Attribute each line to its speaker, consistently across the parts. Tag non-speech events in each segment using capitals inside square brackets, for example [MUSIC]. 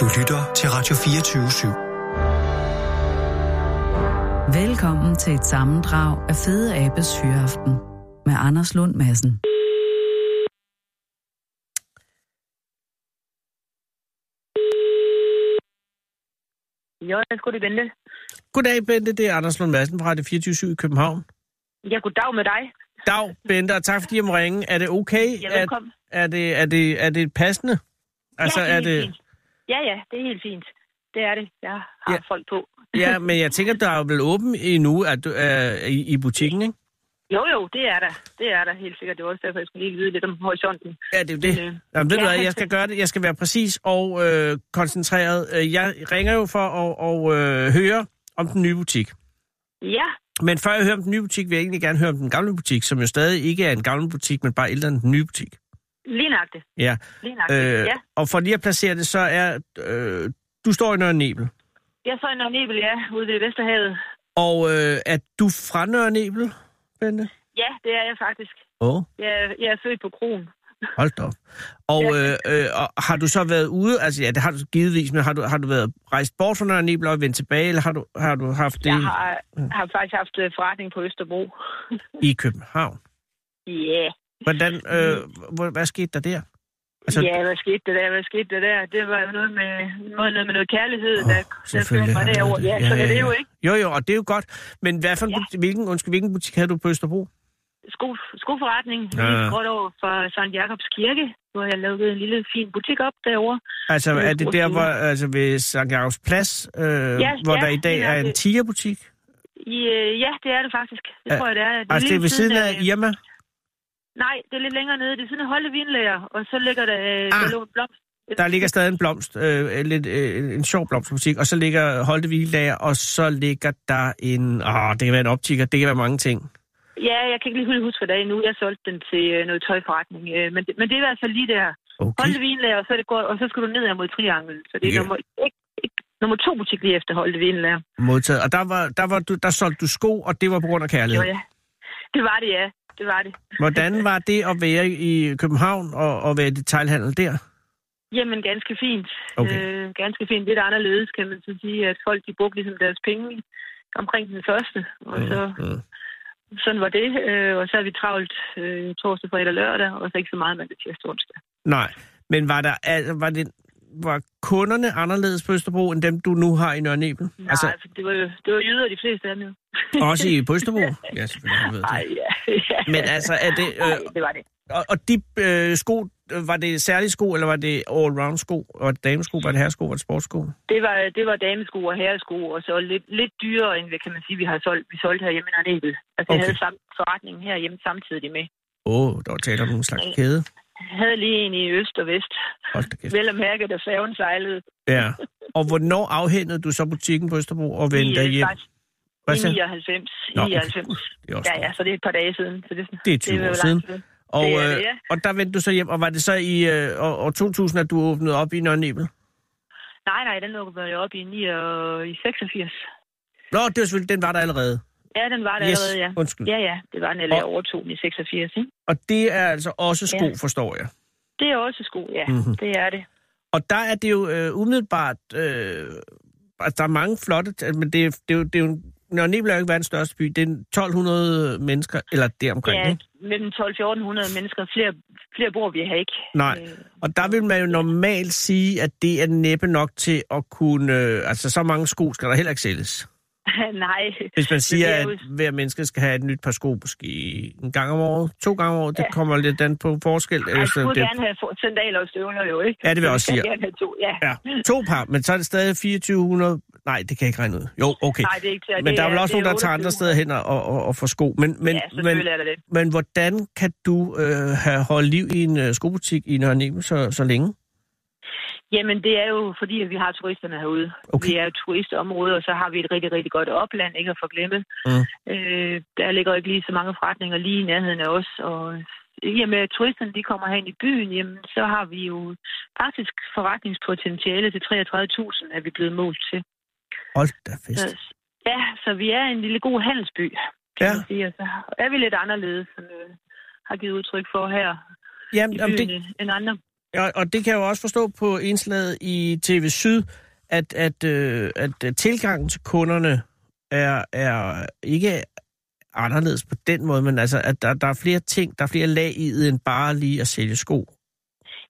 Speaker 1: Du lytter til Radio 24
Speaker 2: /7. Velkommen til et sammendrag af Fede Abes Hyreaften med Anders Lund Madsen.
Speaker 3: Jo, jeg skulle det Bente.
Speaker 4: Goddag, Bente. Det er Anders Lund Madsen fra Radio 24 i København.
Speaker 3: Ja, goddag med dig.
Speaker 4: Dag, Bente, og tak fordi jeg må ringe. Er det okay?
Speaker 3: Ja, velkommen.
Speaker 4: Er, er, det, er, det, er det passende?
Speaker 3: Altså, ja, det er, er det... Fint. Ja, ja, det er helt fint. Det er det. Jeg har ja. folk på.
Speaker 4: ja, men jeg tænker, der er vel åben endnu at, uh, i, i butikken, ikke?
Speaker 3: Jo, jo, det er der. Det er der helt sikkert. Det var også derfor, jeg skulle lige vide lidt om horisonten.
Speaker 4: Ja, det er det. Men, øh, Jamen, ved ja. du hvad, jeg skal gøre det. Jeg skal være præcis og øh, koncentreret. Øh, Jeg ringer jo for at, at øh, høre om den nye butik.
Speaker 3: Ja.
Speaker 4: Men før jeg hører om den nye butik, vil jeg egentlig gerne høre om den gamle butik, som jo stadig ikke er en gammel butik, men bare ældre end den nye butik.
Speaker 3: Lige nøjagtigt.
Speaker 4: Ja.
Speaker 3: Lige nøjagtigt, øh, ja.
Speaker 4: Og for lige at placere det, så er... Øh, du står i Nørre Nebel.
Speaker 3: Jeg står i Nørre Nebel, ja, ude ved Vesterhavet.
Speaker 4: Og øh, er du fra Nørre Nebel, Bente?
Speaker 3: Ja, det er jeg faktisk.
Speaker 4: Åh? Oh.
Speaker 3: Jeg, jeg er født på Kroen.
Speaker 4: Hold da op. Og, ja. øh, øh, og har du så været ude, altså ja, det har du givetvis, men har du, har du været rejst bort fra Nørre Nibel og vendt tilbage, eller har du, har du haft det?
Speaker 3: Jeg har, har faktisk haft forretning på Østerbro.
Speaker 4: I København?
Speaker 3: Ja. Yeah.
Speaker 4: Hvordan, øh, hvor, hvad skete der der?
Speaker 3: Altså, ja, hvad skete der der? Hvad skete der der? Det var noget med noget, med noget kærlighed, oh, der, der førte mig derover. Ja, ja, så ja, ja. det er jo ikke.
Speaker 4: Jo, jo, og det er jo godt. Men hvad for, ja. butik, hvilken, undskyld, hvilken butik havde du på Østerbro?
Speaker 3: sko, skoforretning ja. lige godt over for Sankt Jakobs Kirke, hvor jeg lavede en lille fin butik op derovre.
Speaker 4: Altså er det der, hvor, altså ved Sankt Jakobs Plads, øh, ja, hvor ja, der i dag er, er en tigerbutik?
Speaker 3: øh, Ja, det er det faktisk. Det ja. tror jeg, det er.
Speaker 4: Det altså det er ved siden af, af Irma?
Speaker 3: Nej, det er lidt længere nede. Det er siden af Holde Vinlager, og så ligger der, øh, ah. der lå en blomst.
Speaker 4: Der ligger stadig en blomst, øh, lidt, øh, en sjov blomstbutik, og så ligger Holte Hviledager, og så ligger der en... Åh, det kan være en optikker, det kan være mange ting.
Speaker 3: Ja, jeg kan ikke lige huske, hvad det er nu. Jeg solgte den til øh, noget tøjforretning. Øh, men, det, men det er i hvert fald lige der.
Speaker 4: Okay.
Speaker 3: Holde vinlager, og så, det går, og så skal du ned mod Triangel. Så det er yeah. nummer, ikke, ikke, nummer to butik lige efter Holde vinlager.
Speaker 4: Modtaget. Og der, var, der, var du, der solgte du sko, og det var på grund af kærlighed?
Speaker 3: Jo, ja. Det var det, ja. Det var det.
Speaker 4: Hvordan var det at være i København og, og være i detaljhandel der?
Speaker 3: Jamen, ganske fint. Okay. Øh, ganske fint. Lidt anderledes, kan man så sige, at folk de brugte ligesom deres penge omkring den første. Og mm, så... Mm sådan var det, øh, og så er vi travlt øh, torsdag, fredag og lørdag, og så ikke så meget mandag, tirsdag og onsdag.
Speaker 4: Nej, men var, der, altså, var, det, var kunderne anderledes på Østerbro, end dem, du nu har i Nørre Nebel?
Speaker 3: Nej, altså... det, var, det var jyder de fleste af dem jo.
Speaker 4: Også i på Østerbro? ja,
Speaker 3: [LAUGHS]
Speaker 4: selvfølgelig. Ved det.
Speaker 3: Ej, ja, ja.
Speaker 4: [LAUGHS] Men altså, er det... Øh,
Speaker 3: Ej, det var det.
Speaker 4: Og, og de øh, sko, var det særlige sko, eller var det all-round sko? Var det damesko, var det herresko, var det sportsko?
Speaker 3: Det var, det var damesko og herresko, og så lidt, lidt dyrere, end hvad kan man sige, vi har solgt, vi solgte herhjemme i Arnebel. Altså, okay. jeg havde sam, forretningen herhjemme samtidig med.
Speaker 4: Åh, oh, der var tale om en slags kæde.
Speaker 3: Jeg havde lige en i øst og vest. Vel at mærke, da færgen sejlede.
Speaker 4: ja. Og hvornår afhændede du så butikken på Østerbro og
Speaker 3: øh,
Speaker 4: vendte dig hjem?
Speaker 3: Hvad I 99. Nå, 99. Okay. Det er også ja, ja, så det er et par dage siden. Så det,
Speaker 4: det er 20 det er år siden. siden. Og, det det, ja. øh, og der vendte du så hjem, og var det så i øh, år, år 2000, at du åbnede op i Nørre Nebel?
Speaker 3: Nej, nej, den lukkede jeg op i, 9, og, i 86.
Speaker 4: Nå, det var selvfølgelig, den var der allerede.
Speaker 3: Ja, den var der yes. allerede, ja.
Speaker 4: Undskyld.
Speaker 3: Ja, ja, det var den, jeg og, overtog den i 86, ikke?
Speaker 4: Og det er altså også sko, ja. forstår jeg?
Speaker 3: Det er også sko, ja.
Speaker 4: Mhm.
Speaker 3: Mm-hmm. Det er det.
Speaker 4: Og der er det jo øh, umiddelbart... Øh, altså, der er mange flotte... Men det, det, det, det er jo en Nørre Nebel er jo ikke verdens største by. Det er 1200 mennesker, eller deromkring,
Speaker 3: ja,
Speaker 4: ikke?
Speaker 3: mellem 12-1400 mennesker. Flere, flere bor vi her ikke. [LAUGHS]
Speaker 4: Nej, og der vil man jo normalt sige, at det er næppe nok til at kunne... Øh, altså, så mange sko skal der heller ikke sælges.
Speaker 3: Nej.
Speaker 4: Hvis man siger, at hver menneske skal have et nyt par sko, måske en gang om året, to gange om året, ja. det kommer lidt an på forskel. altså,
Speaker 3: Ej, jeg skulle det... gerne have sandaler og støvler jo, ikke?
Speaker 4: Ja, det vil jeg også sige.
Speaker 3: gerne have to, ja.
Speaker 4: ja. To par, men så er det stadig 2400 Nej, det kan jeg ikke regne ud. Jo, okay.
Speaker 3: Nej, det er ikke, det
Speaker 4: men der er,
Speaker 3: er
Speaker 4: vel også nogen, der tager andre steder hen og, og, og får sko. Men, men,
Speaker 3: ja,
Speaker 4: men,
Speaker 3: er det.
Speaker 4: men hvordan kan du øh, have holdt liv i en øh, skobutik i Nørre Nebel så, så længe?
Speaker 3: Jamen, det er jo fordi, at vi har turisterne herude.
Speaker 4: Okay.
Speaker 3: Vi er jo turistområde, og så har vi et rigtig, rigtig godt opland, ikke at forglemme. Mm. Øh, der ligger ikke lige så mange forretninger lige i nærheden af os, og jamen, at turisterne de kommer hen i byen, jamen, så har vi jo faktisk forretningspotentiale til 33.000, er vi blevet målt til.
Speaker 4: Hold da fest.
Speaker 3: Så, ja, så vi er en lille god handelsby, kan ja. man sige. Altså, er vi lidt anderledes, som øh, har givet udtryk for her
Speaker 4: jamen,
Speaker 3: i byen,
Speaker 4: det...
Speaker 3: end andre.
Speaker 4: Og, og det kan jeg jo også forstå på indslaget i TV Syd, at, at, øh, at tilgangen til kunderne er, er ikke anderledes på den måde, men altså, at der, der er flere ting, der er flere lag i det, end bare lige at sælge sko.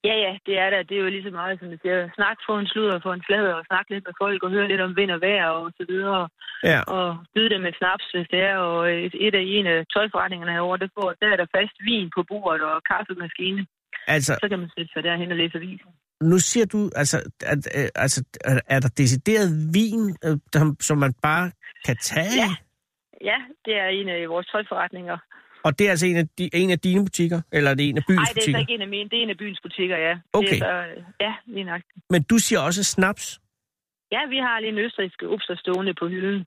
Speaker 3: Ja, ja, det er der. Det er jo lige så meget, som det siger. Snak, få en sludder, få en flad, og snak lidt med folk, og høre lidt om vind og vejr, og så videre.
Speaker 4: Ja.
Speaker 3: Og byde dem et snaps, hvis det er. Og et, et af en af tøjforretningerne herovre, der, får, der er der fast vin på bordet og kaffemaskine.
Speaker 4: Altså,
Speaker 3: Så kan man sætte sig derhen og læse avisen.
Speaker 4: nu siger du, altså, at, øh, altså er- er der decideret vin, øh, der- som man bare kan tage?
Speaker 3: Ja. Ja, det er en af vores tøjforretninger.
Speaker 4: Og det er altså en af, di, en af dine butikker, eller er det en af byens
Speaker 3: Nej, det er
Speaker 4: butikker?
Speaker 3: så ikke en af mine. Det er en af byens butikker, ja.
Speaker 4: Okay.
Speaker 3: Det er så, ja, lige nok.
Speaker 4: Men du siger også snaps.
Speaker 3: Ja, vi har lige en østrigsk obster stående på hylden,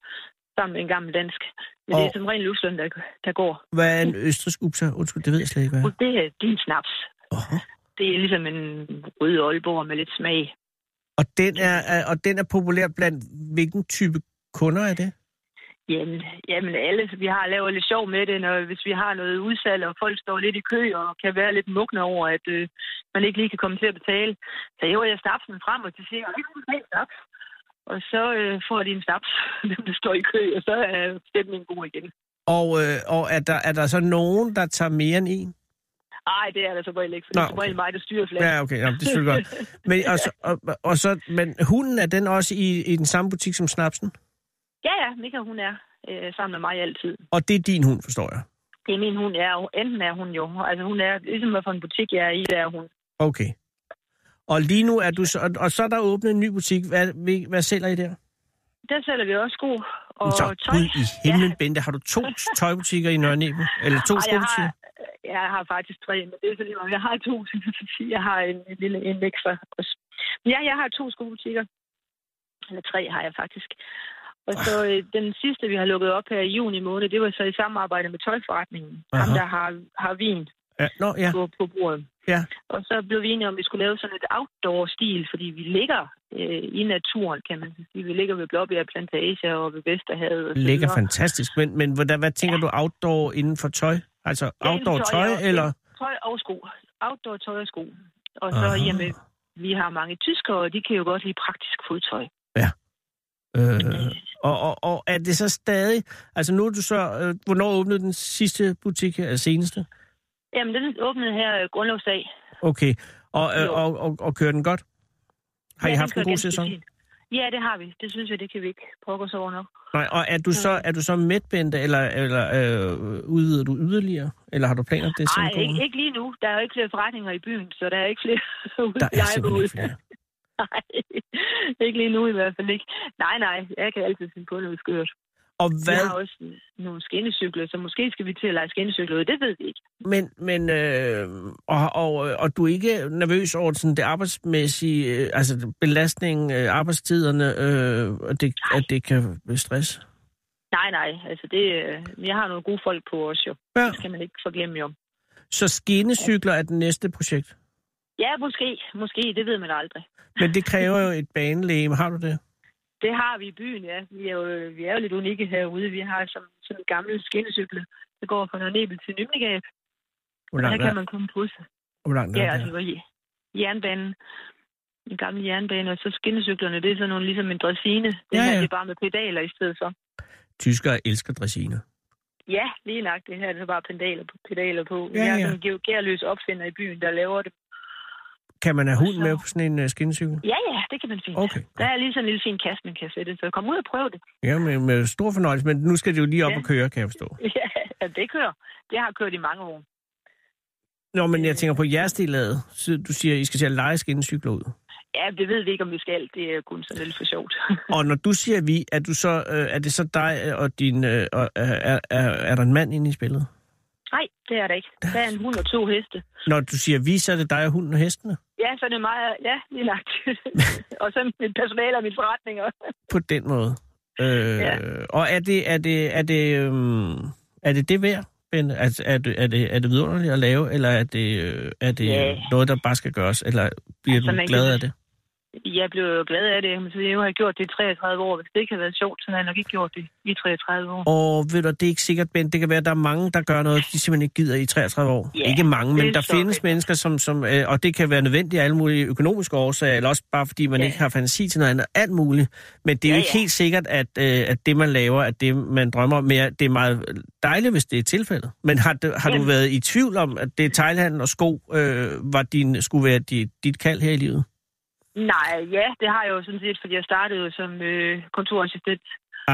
Speaker 3: sammen med en gammel dansk. Men det
Speaker 4: Og-
Speaker 3: er som ren Luftslund, der, der går.
Speaker 4: Hvad er en østrisk upsa? Undskyld, det ved jeg slet ikke, hvad er.
Speaker 3: Og det er din snaps.
Speaker 4: Oho.
Speaker 3: Det er ligesom en rød Aalborg med lidt smag.
Speaker 4: Og den er, er- og den er populær blandt hvilken type kunder er det?
Speaker 3: Jamen, jamen alle, vi har lavet lidt sjov med det, når, hvis vi har noget udsalg, og folk står lidt i kø og kan være lidt mugne over, at øh, man ikke lige kan komme til at betale. Så hæver jeg snapsen frem, og de siger, at jeg snaps. Og så øh, får de en snaps, [LAUGHS] dem der står i kø, og så er stemningen god igen.
Speaker 4: Og, øh, og er, der, er der så nogen, der tager mere end en?
Speaker 3: Ej, det er der som regel ikke, for
Speaker 4: Nå,
Speaker 3: det er som regel mig, der styrer fladen.
Speaker 4: Ja, okay, jamen, det er selvfølgelig godt. Men, og, så, og, og så, men hunden, er den også i, i den samme butik som snapsen?
Speaker 3: [LAUGHS] Ja, ja, Mika, hun er øh, sammen med mig altid.
Speaker 4: Og det er din hund, forstår jeg.
Speaker 3: Det er min hund, er, og enten er hun jo, altså hun er, ligesom hvad for en butik jeg er i, der er hun.
Speaker 4: Okay. Og lige nu er du så, og- og så er der åbnet en ny butik. Hvad, hvad- hvad sælger I der?
Speaker 3: Der sælger vi også sko og
Speaker 4: så,
Speaker 3: tøj.
Speaker 4: Gud i himlen, ja. Bente, har du to tøjbutikker i Nørre Nebel? Eller to
Speaker 3: Ej, jeg,
Speaker 4: skobutikker?
Speaker 3: har, jeg har faktisk tre, men det er så lige meget. Jeg har to, så jeg kan sige, jeg har en, en lille en ekstra også. Men ja, jeg har to skobutikker. Eller tre har jeg faktisk. Og så
Speaker 4: Ah.
Speaker 3: øh, den sidste, vi har lukket op her i juni måned, det var så i samarbejde med tøjforretningen. Ham,
Speaker 4: Aha.
Speaker 3: der har, har vin
Speaker 4: Ja, nå, ja.
Speaker 3: på, på bordet.
Speaker 4: Ja.
Speaker 3: Og så blev vi enige om, at vi skulle lave sådan et outdoor-stil, fordi vi ligger øh, i naturen, kan man sige. Vi ligger ved Blåbjerg Plantage og ved Vesterhavet. og så
Speaker 4: Ligger
Speaker 3: videre.
Speaker 4: fantastisk. Men, men hvordan, hvad tænker ja. du outdoor inden for tøj? Altså
Speaker 3: Ja,
Speaker 4: outdoor
Speaker 3: inden for
Speaker 4: tøj,
Speaker 3: tøj, ja.
Speaker 4: eller?
Speaker 3: Tøj og sko. Outdoor tøj og sko. Og så,
Speaker 4: Aha.
Speaker 3: Aha. jamen, vi har mange tyskere, og de kan jo godt lide praktisk fodtøj.
Speaker 4: Øh, og, og, og er det så stadig... Altså nu er du så... Øh, hvornår åbnede den sidste butik her? Altså seneste?
Speaker 3: Jamen, den åbnede her øh, grundlovsdag.
Speaker 4: Okay. Og, øh,
Speaker 3: Jo.
Speaker 4: og, og, og kører den godt? Har I
Speaker 3: den
Speaker 4: haft en
Speaker 3: kører
Speaker 4: god
Speaker 3: ganske
Speaker 4: sæson?
Speaker 3: fint. Ja, det har vi. Det synes jeg, det kan vi ikke pokke os over nok.
Speaker 4: Nej, og er du så, er du så medbente, eller, eller øh, udvider du yderligere? Eller har du planer om det?
Speaker 3: Nej,
Speaker 4: siden corona?
Speaker 3: ikke, ikke lige nu. Der er jo ikke flere forretninger i byen, så der er ikke flere [LAUGHS]
Speaker 4: Der er
Speaker 3: udlejebåde.
Speaker 4: simpelthen ikke flere.
Speaker 3: [LAUGHS] Nej, ikke lige nu i hvert fald ikke. Nej, nej, jeg kan altid finde på noget skørt.
Speaker 4: Og
Speaker 3: Jeg
Speaker 4: hvad,
Speaker 3: har også nogle skinnecykler, så måske skal vi til at lege skinnecykler ud. Det ved vi ikke.
Speaker 4: men, men øh, og, og, øh, og du er ikke nervøs over sådan det arbejdsmæssige, øh, altså belastningen, øh, arbejdstiderne, øh, og det, at det kan blive stress?
Speaker 3: Nej, nej. Altså det, øh, jeg har nogle gode folk på os jo.
Speaker 4: Ja.
Speaker 3: Det skal man ikke forglemme jo.
Speaker 4: Så skinnecykler er det næste projekt.
Speaker 3: Ja, måske. Måske. Det ved man aldrig.
Speaker 4: Men det kræver jo et banelæge. Har du det?
Speaker 3: Det har vi i byen, ja. Vi er jo, øh, vi er jo lidt unikke herude. Vi har som, sådan en gammel skinnecykle, der går fra Nørnebel til Nymnegab.
Speaker 4: Hvor
Speaker 3: Der
Speaker 4: langt
Speaker 3: kan
Speaker 4: er,
Speaker 3: man komme på sig.
Speaker 4: hvor langt
Speaker 3: Ja,
Speaker 4: er
Speaker 3: altså
Speaker 4: det?
Speaker 3: hvor i- jernbanen. En gammel jernbane, og så skinnecyklerne, det er sådan nogle ligesom en dressine. Det
Speaker 4: Ja,
Speaker 3: ja, ja.
Speaker 4: ja.
Speaker 3: er bare med pedaler i stedet for.
Speaker 4: Tyskere elsker dressiner.
Speaker 3: Ja, lige nok. Det her er det så bare pedaler, på- pedaler på.
Speaker 4: Ja,
Speaker 3: Ja, ja. Jeg
Speaker 4: ja.
Speaker 3: er sådan en geogærløs opfinder i byen, der laver det.
Speaker 4: Kan man have hund
Speaker 3: Så-
Speaker 4: med på sådan en øh, skinnecykel?
Speaker 3: Ja, ja, det kan man fint.
Speaker 4: Okay.
Speaker 3: Der er lige sådan en lille fin kasse, man kan sætte. Så kom ud og prøv det. [LAUGHS]
Speaker 4: Ja, med, med stor fornøjelse, men nu skal det jo lige op
Speaker 3: Ja.
Speaker 4: og køre, kan jeg forstå.
Speaker 3: Ja, det kører. Det har kørt i mange år.
Speaker 4: Nå, men jeg tænker på jeres del af det. Så Du siger, I skal til at lege skinnecykler
Speaker 3: [LAUGHS]
Speaker 4: ud.
Speaker 3: Ja, det ved vi ikke, om vi skal. Det er kun sådan lidt for sjovt. [LAUGHS]
Speaker 4: Og når du siger vi, er, du så, øh, er det så dig øh, og din... Øh, og, øh, er, er, er der en mand inde i spillet?
Speaker 3: Nej, det er der ikke. Der er en hund og to heste.
Speaker 4: Når du siger vi, så er det dig og hunden og hestene?
Speaker 3: Ja, så er det meget... Ja, lige lagt. [LAUGHS] og så mit personale og min forretning også.
Speaker 4: På den måde. Øh, ja.
Speaker 3: Ja.
Speaker 4: Og er det er det, er det, øhm, er det, det værd? Ben, altså, er, det, er, det, er det vidunderligt at lave, eller er det, øh, er det
Speaker 3: Ja.
Speaker 4: noget, der bare skal gøres? Eller bliver
Speaker 3: Altså,
Speaker 4: du
Speaker 3: man
Speaker 4: glad
Speaker 3: kan-
Speaker 4: af det?
Speaker 3: jeg blev jo glad af det. Jeg må sige, nu har jeg gjort det i 33 år. Hvis det ikke havde været sjovt, så havde jeg nok ikke gjort det i 33 år.
Speaker 4: Og ved du, det er ikke sikkert, men det kan være, at der er mange, der gør noget, de simpelthen ikke gider i 33 år.
Speaker 3: Ja,
Speaker 4: ikke mange,
Speaker 3: det
Speaker 4: men
Speaker 3: er
Speaker 4: der
Speaker 3: så
Speaker 4: findes
Speaker 3: rigtigt.
Speaker 4: mennesker, som, som, øh, og det kan være nødvendigt af alle mulige økonomiske årsager, eller også bare fordi man
Speaker 3: Ja.
Speaker 4: ikke har fantasi til noget andet, alt muligt. Men det er jo
Speaker 3: Ja,
Speaker 4: ikke
Speaker 3: ja.
Speaker 4: helt sikkert, at, øh, at det, man laver, at det, man drømmer om, men jeg- det er meget dejligt, hvis det er tilfældet. Men har, du- har du
Speaker 3: Jamen.
Speaker 4: været i tvivl om, at det er teglhandel og sko, øh, var din, skulle være dit, dit kald her i livet?
Speaker 3: Nej, ja, det har jeg jo sådan set, fordi jeg startede jo som øh, kontorassistent.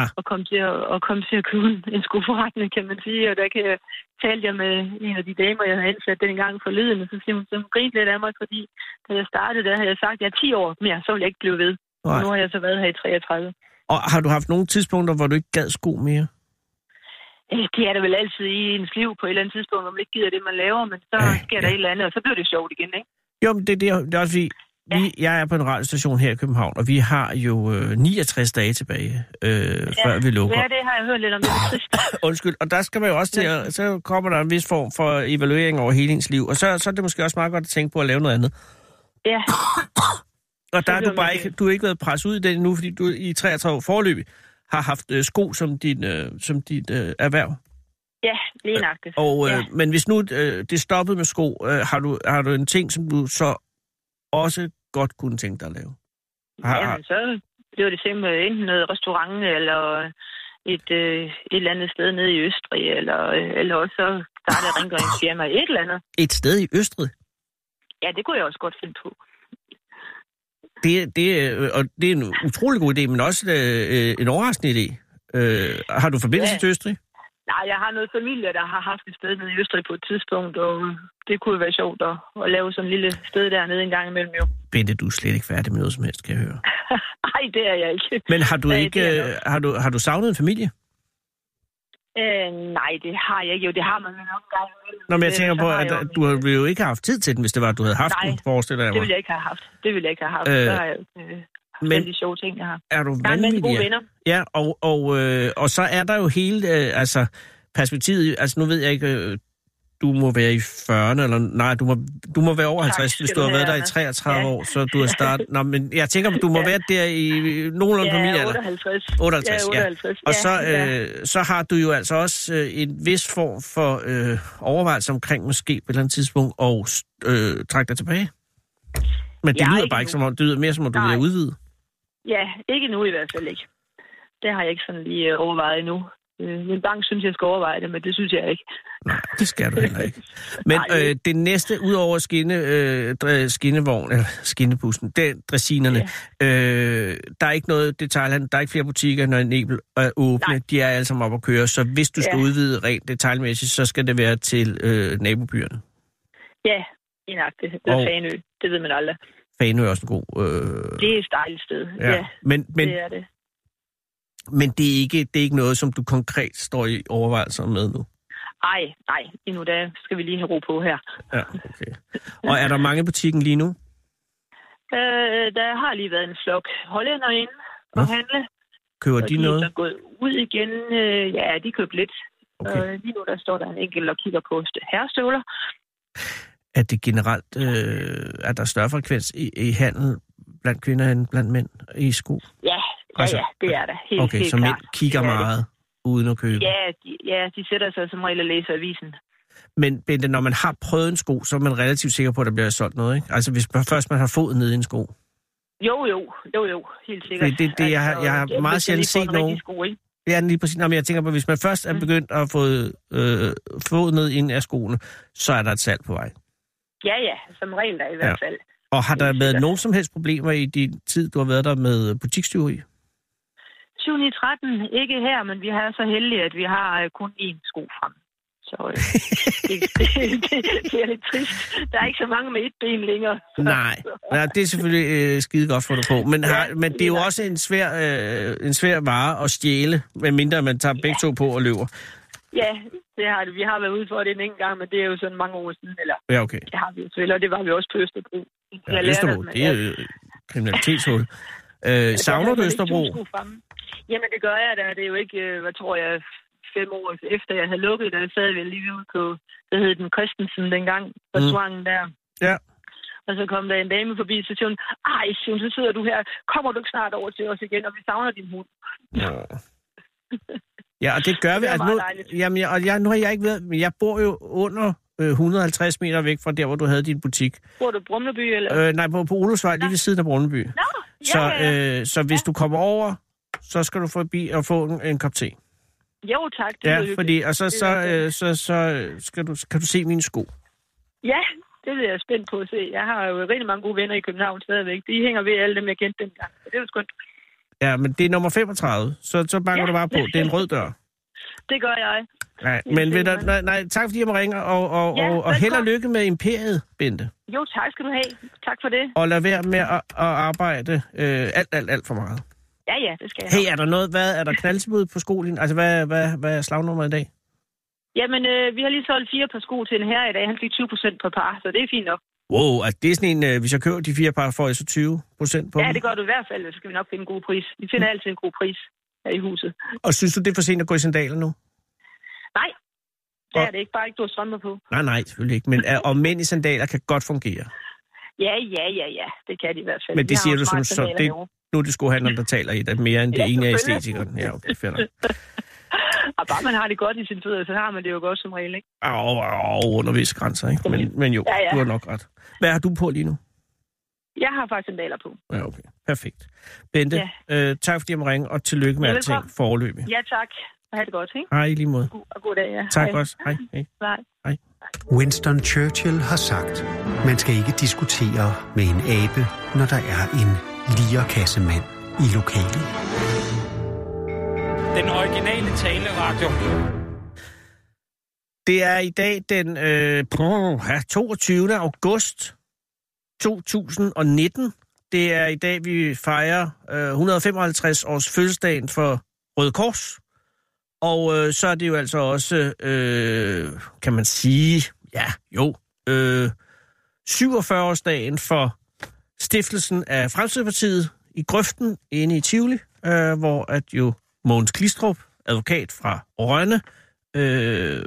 Speaker 4: Ah.
Speaker 3: Og kom, til at, og kom til at købe en- en skoforretning, kan man sige. Og der kan jeg, talte jeg med en af de damer, jeg havde ansat dengang forleden, og så siger hun, så hun grinte lidt af mig, fordi da jeg startede, der havde jeg sagt, at jeg er 10 år mere, så ville jeg ikke blive ved. Og
Speaker 4: Nej.
Speaker 3: nu har jeg så været her i 33.
Speaker 4: Og har du haft nogle tidspunkter, hvor du ikke gad sko mere?
Speaker 3: Øh, Det er der vel altid i ens liv på et eller andet tidspunkt, hvor man ikke gider det, man laver, men så
Speaker 4: Ja,
Speaker 3: sker
Speaker 4: ja.
Speaker 3: der et eller andet, og så bliver det sjovt igen, ikke?
Speaker 4: Jo, men det, er det, det er også fordi,
Speaker 3: Ja.
Speaker 4: vi, jeg er på en radiostation her i København, og vi har jo øh, 69 dage tilbage, øh, ja. før vi lukker.
Speaker 3: Ja, det har jeg hørt lidt om. Det er trist.
Speaker 4: Undskyld, og der skal man jo også til, at, så kommer der en vis form for evaluering over hele ens liv, og så, så er det måske også meget godt at tænke på at lave noget andet.
Speaker 3: Ja,
Speaker 4: Og
Speaker 3: Så
Speaker 4: der er
Speaker 3: bliver
Speaker 4: du bare
Speaker 3: man
Speaker 4: ikke,
Speaker 3: det.
Speaker 4: du har ikke været presset ud i det endnu, fordi du i 33 år forløbig har haft øh, sko som, din, øh, som dit øh, erhverv.
Speaker 3: ja, lige nøjagtigt.
Speaker 4: Og, øh,
Speaker 3: Ja.
Speaker 4: Men hvis nu øh, det stoppede med sko, øh, har, du, har du en ting, som du så også godt kunne tænke dig at lave? Har, har,
Speaker 3: Jamen, så blev det simpelthen enten noget restaurant, eller et, øh, et eller andet sted nede i Østrig, eller, øh, eller også så startede jeg rengøringsfirma, et eller andet.
Speaker 4: et sted i Østrig?
Speaker 3: Ja, det kunne jeg også godt finde på.
Speaker 4: Det, det, øh, og det er en utrolig god idé, men også øh, øh, en overraskende idé. Øh, har du forbindelse ja.
Speaker 3: Ja.
Speaker 4: til Østrig?
Speaker 3: Nej, jeg har noget familie, der har haft et sted nede i Østrig på et tidspunkt, og det kunne være sjovt at, at lave sådan et lille sted dernede en gang imellem jo.
Speaker 4: Bente, du er slet ikke færdig med noget som helst, kan jeg høre.
Speaker 3: Nej, det er jeg ikke.
Speaker 4: Men har du
Speaker 3: Nej,
Speaker 4: ikke
Speaker 3: det er
Speaker 4: øh, har du, har du savnet en familie?
Speaker 3: Øh, nej, det har jeg ikke. Jo, det har man vel nok en gang imellem.
Speaker 4: Nå, men jeg
Speaker 3: Øh,
Speaker 4: tænker
Speaker 3: så
Speaker 4: på,
Speaker 3: har
Speaker 4: at
Speaker 3: jeg jo
Speaker 4: du
Speaker 3: min-
Speaker 4: har- ville jo ikke have haft tid til den, hvis det var, at du havde haft
Speaker 3: Nej,
Speaker 4: den, forestiller jeg
Speaker 3: Det ville
Speaker 4: mig.
Speaker 3: jeg ikke have haft. Det ville jeg ikke have haft.
Speaker 4: Øh,
Speaker 3: Øh, der er jo øh,
Speaker 4: Men
Speaker 3: men... de sjove ting, jeg har.
Speaker 4: er du
Speaker 3: Der er en masse gode
Speaker 4: vanvittig?
Speaker 3: venner.
Speaker 4: Ja, og, og, øh, og så er der jo hele øh, altså, perspektivet. Altså, nu ved jeg ikke, øh, du må være i 40'erne, eller nej, du må, du må være over
Speaker 3: Tak
Speaker 4: 50,
Speaker 3: skal
Speaker 4: hvis
Speaker 3: du
Speaker 4: du har
Speaker 3: have,
Speaker 4: været der i
Speaker 3: Anders.
Speaker 4: 33 ja.
Speaker 3: Ja.
Speaker 4: år, så du har startet... Nå, men jeg tænker, du må ja.
Speaker 3: Ja.
Speaker 4: være der i øh, nogenlunde på min
Speaker 3: Ja,
Speaker 4: alder.
Speaker 3: 58.
Speaker 4: 58, ja.
Speaker 3: ja. 58.
Speaker 4: Og
Speaker 3: ja,
Speaker 4: så,
Speaker 3: ja.
Speaker 4: øh, så har du jo altså også øh, en vis form for øh, overvejelse omkring måske på et eller andet tidspunkt og øh, trække dig tilbage. Men det
Speaker 3: Jeg er
Speaker 4: lyder
Speaker 3: ikke
Speaker 4: bare ikke
Speaker 3: nu.
Speaker 4: som om, det lyder mere som om, du
Speaker 3: Nej.
Speaker 4: vil udvide.
Speaker 3: ja, ikke nu i hvert fald ikke. Det har jeg ikke sådan lige øh, overvejet endnu. Øh, min bank synes, jeg skal overveje det, men det synes jeg ikke.
Speaker 4: Nej, det skal du heller ikke. Men
Speaker 3: Nej.
Speaker 4: øh, det næste, ud over skinne, øh, dre- skinnevogn, eller skinnebussen, det, dressinerne, øh, der er ikke noget detaljhandel, der er ikke flere butikker, når Nebel er åbne. Nej.
Speaker 3: Nej.
Speaker 4: De er alle sammen op at køre, så hvis du skal
Speaker 3: Ja.
Speaker 4: udvide rent detaljmæssigt, så skal det være til øh, nabobyerne.
Speaker 3: Ja, enagtigt. Det er
Speaker 4: Og-
Speaker 3: oh. Fanø. Det ved man aldrig.
Speaker 4: Fanø er også en god... Øh,
Speaker 3: Det er et dejligt sted. Ja, ja
Speaker 4: Men, men,
Speaker 3: det er det.
Speaker 4: men det, er ikke, det er ikke noget, som du konkret står i overvejelser med nu?
Speaker 3: Ej, nej. Endnu da skal vi lige have ro på her.
Speaker 4: Ja, okay. Og er der mange i butikken lige nu?
Speaker 3: Øh, der har lige været en flok hollænder inde
Speaker 4: Nå,
Speaker 3: og handle.
Speaker 4: Køber
Speaker 3: og
Speaker 4: de
Speaker 3: er
Speaker 4: noget?
Speaker 3: så gået ud igen. Øh, ja, de købte lidt.
Speaker 4: Okay.
Speaker 3: Okay. Øh, lige nu der står der en enkelt og kigger på st- herrestøvler.
Speaker 4: Er det generelt, øh, er der større frekvens i, i handel blandt kvinder end blandt mænd i sko?
Speaker 3: Ja, ja,
Speaker 4: Altså,
Speaker 3: ja det er der. Helt,
Speaker 4: Okay,
Speaker 3: helt
Speaker 4: så mænd
Speaker 3: klart.
Speaker 4: kigger
Speaker 3: Det er det.
Speaker 4: meget uden at købe.
Speaker 3: Ja de, ja, de sætter sig som regel og læser avisen.
Speaker 4: Men Bente, når man har prøvet en sko, så er man relativt sikker på, at der bliver solgt noget, ikke? Altså hvis man, først man har fået ned i en sko.
Speaker 3: Jo, jo, jo, jo, helt sikkert.
Speaker 4: Det- det- det- jeg har- jeg har
Speaker 3: Altså,
Speaker 4: meget
Speaker 3: hvis jeg lige
Speaker 4: sjældent
Speaker 3: får
Speaker 4: set
Speaker 3: en rigtig
Speaker 4: nogen-
Speaker 3: sko, ikke?
Speaker 4: Det er den lige præcis. Nå, men jeg tænker på, hvis man først er
Speaker 3: Mm.
Speaker 4: begyndt at få øh, fået ned i en af skoene, så er der et salg på vej.
Speaker 3: Ja, ja, som regel der i hvert fald.
Speaker 4: Og har der
Speaker 3: Helt
Speaker 4: været
Speaker 3: sikkert.
Speaker 4: nogen som helst problemer i din tid, du har været der med butikstyveri?
Speaker 3: 7 i 13, ikke her, men vi er så heldige, at vi har øh, kun én sko frem. Så
Speaker 4: [LAUGHS]
Speaker 3: øh, det, det, det, det er lidt trist. Der er ikke så mange med et ben længere. Så,
Speaker 4: Nej.
Speaker 3: Så,
Speaker 4: Ja, det er selvfølgelig øh, skide godt for dig på. Men, har,
Speaker 3: Ja,
Speaker 4: men det er jo
Speaker 3: lige
Speaker 4: også en svær, øh, en svær vare at stjæle, medmindre man tager begge to på og løber.
Speaker 3: ja, det har det. Vi har været ude for det en enkelt gang, men det er jo sådan mange år siden, eller
Speaker 4: Ja, okay.
Speaker 3: det har vi jo selvfølgelig, og det var vi også på Østerbro. altså,
Speaker 4: Ja, Østerbro, det er jo et kriminalitetshul. Øh, savner du Østerbro?
Speaker 3: Jamen, det gør jeg da. Det er jo ikke, øh, hvad tror jeg, fem år efter jeg havde lukket, der sad vi lige ude på, det hed den Christensen dengang, restauranten der.
Speaker 4: Mm. Ja.
Speaker 3: Og så kom der en dame forbi, så siger hun, ej, Sjøen, så sidder du her. Kommer du ikke snart over til os igen, og vi savner din hund?
Speaker 4: Ja, og det gør vi.
Speaker 3: Det er
Speaker 4: altså,
Speaker 3: meget
Speaker 4: nu,
Speaker 3: dejligt.
Speaker 4: jamen, jeg, og jeg, nu har jeg ikke været, men jeg bor jo under øh, 150 meter væk fra der, hvor du havde din butik.
Speaker 3: Bor du i Brumleby, eller? Øh,
Speaker 4: Øh, nej, på, på Olofsvej, lige ved siden af Brøndby.
Speaker 3: Nå, ja,
Speaker 4: Så,
Speaker 3: ja, ja.
Speaker 4: øh, så hvis du kommer over, så skal du forbi og få en, en kop te.
Speaker 3: Jo, tak. Det
Speaker 4: Ja,
Speaker 3: lyder hyggeligt.
Speaker 4: fordi, og så,
Speaker 3: Det
Speaker 4: så,
Speaker 3: lyder
Speaker 4: øh, så, så øh, skal du, kan du se mine sko.
Speaker 3: Ja, det er jeg spændt på at se. Jeg har jo rigtig mange gode venner i København stadigvæk. De hænger ved alle dem, jeg kendte dengang. Så Det er jo skønt.
Speaker 4: Ja, men det er nummer 35, så, så banker
Speaker 3: Ja.
Speaker 4: du bare på. Det er en rød dør.
Speaker 3: Det gør jeg.
Speaker 4: Nej,
Speaker 3: er
Speaker 4: men ved
Speaker 3: fint,
Speaker 4: du,
Speaker 3: mand.
Speaker 4: nej, nej, tak fordi jeg må ringe, og, og,
Speaker 3: Ja,
Speaker 4: og, og held og
Speaker 3: velkommen.
Speaker 4: lykke med imperiet, Bente.
Speaker 3: Jo, tak skal du have. Tak for det.
Speaker 4: Og lad være med at, at arbejde øh, alt, alt, alt for meget.
Speaker 3: Ja, ja, det skal jeg.
Speaker 4: Hey, er der noget, hvad, er der knaldtilbud på skolen? Altså, hvad, hvad, hvad er slagnummeret i dag?
Speaker 3: Jamen, øh, vi har lige solgt fire par sko til en her i dag. Han fik 20 procent på par, så det er fint nok.
Speaker 4: Wow, at det er sådan en, øh, hvis jeg køber de fire par, får jeg så 20 procent på
Speaker 3: Ja,
Speaker 4: dem.
Speaker 3: det gør du i hvert fald. Så skal vi nok finde en god pris. Vi
Speaker 4: Mm.
Speaker 3: finder altid en god pris her i huset.
Speaker 4: Og synes du, det er for sent at gå i sandaler nu?
Speaker 3: Nej, det
Speaker 4: Og-
Speaker 3: er det ikke. Bare ikke, du har strømper på.
Speaker 4: Nej, nej, selvfølgelig ikke. Men, øh, og mænd i sandaler kan godt fungere.
Speaker 3: Ja, ja, ja, ja. Det kan de i hvert fald.
Speaker 4: Men det
Speaker 3: Vi har
Speaker 4: siger
Speaker 3: jo
Speaker 4: du som
Speaker 3: smarte
Speaker 4: så,
Speaker 3: sandaler
Speaker 4: det,
Speaker 3: herovre.
Speaker 4: nu er det skohandleren, der taler i det mere, end det
Speaker 3: Mm. Ja,
Speaker 4: ene er
Speaker 3: selvfølgelig.
Speaker 4: æstetikeren. Ja, okay, fair nok.
Speaker 3: Og bare man har det godt i sin tid, så har man det jo godt som regel, ikke?
Speaker 4: Au, au, under visse grænser, ikke? Men, men jo,
Speaker 3: Ja, ja.
Speaker 4: du har nok ret. Hvad har du på lige nu?
Speaker 3: Jeg har faktisk sandaler på.
Speaker 4: Ja, okay. Perfekt. Bente, øh, tak fordi jeg må ringe, og tillykke med
Speaker 3: Ja,
Speaker 4: alting
Speaker 3: velkommen.
Speaker 4: forløbig.
Speaker 3: Ja, tak. Og ha' det godt, ikke?
Speaker 4: Hej i lige måde.
Speaker 3: God, og god dag, ja.
Speaker 4: Tak
Speaker 3: Hej.
Speaker 4: også. Hej. Hej.
Speaker 3: Bye.
Speaker 1: Winston Churchill har sagt, man skal ikke diskutere med en abe, når der er en lierkassemand i lokalet.
Speaker 5: Den originale taleradio.
Speaker 4: Det er i dag den øh, puh, ja, 22. august 2019. Det er i dag, vi fejrer øh, 155 års fødselsdagen for Røde Kors. Og øh, så er det jo altså også, øh, kan man sige, ja, jo, øh, 47-årsdagen for stiftelsen af Fremskridspartiet i Grøften inde i Tivoli, øh, hvor at jo Mogens Klistrup, advokat fra Rønne, øh,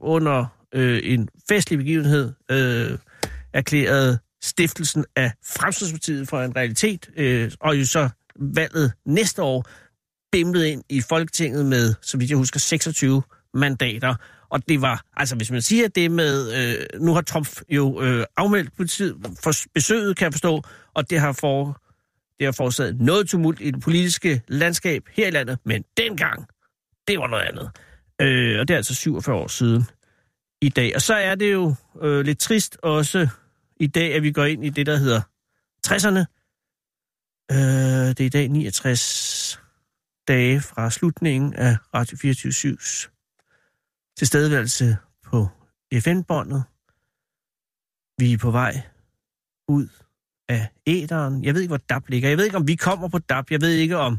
Speaker 4: under øh, en festlig begivenhed øh, erklærede stiftelsen af Fremskridspartiet for en realitet, øh, og jo så valget næste år bimlede ind i Folketinget med, så vidt jeg husker, 26 mandater. Og det var, altså hvis man siger det med, øh, nu har Trump jo øh, afmeldt politiet for besøget, kan jeg forstå, og det har for, det har forårsaget noget tumult i det politiske landskab her i landet, men dengang, det var noget andet. Øh, og det er altså 47 år siden i dag. Og så er det jo øh, lidt trist også i dag, at vi går ind i det, der hedder 60'erne. Øh, det er i dag 69 dage fra slutningen af Radio 24-7's tilstedeværelse på FN-båndet. Vi er på vej ud af æderen. Jeg ved ikke, hvor DAB ligger. Jeg ved ikke, om vi kommer på DAB. Jeg ved ikke, om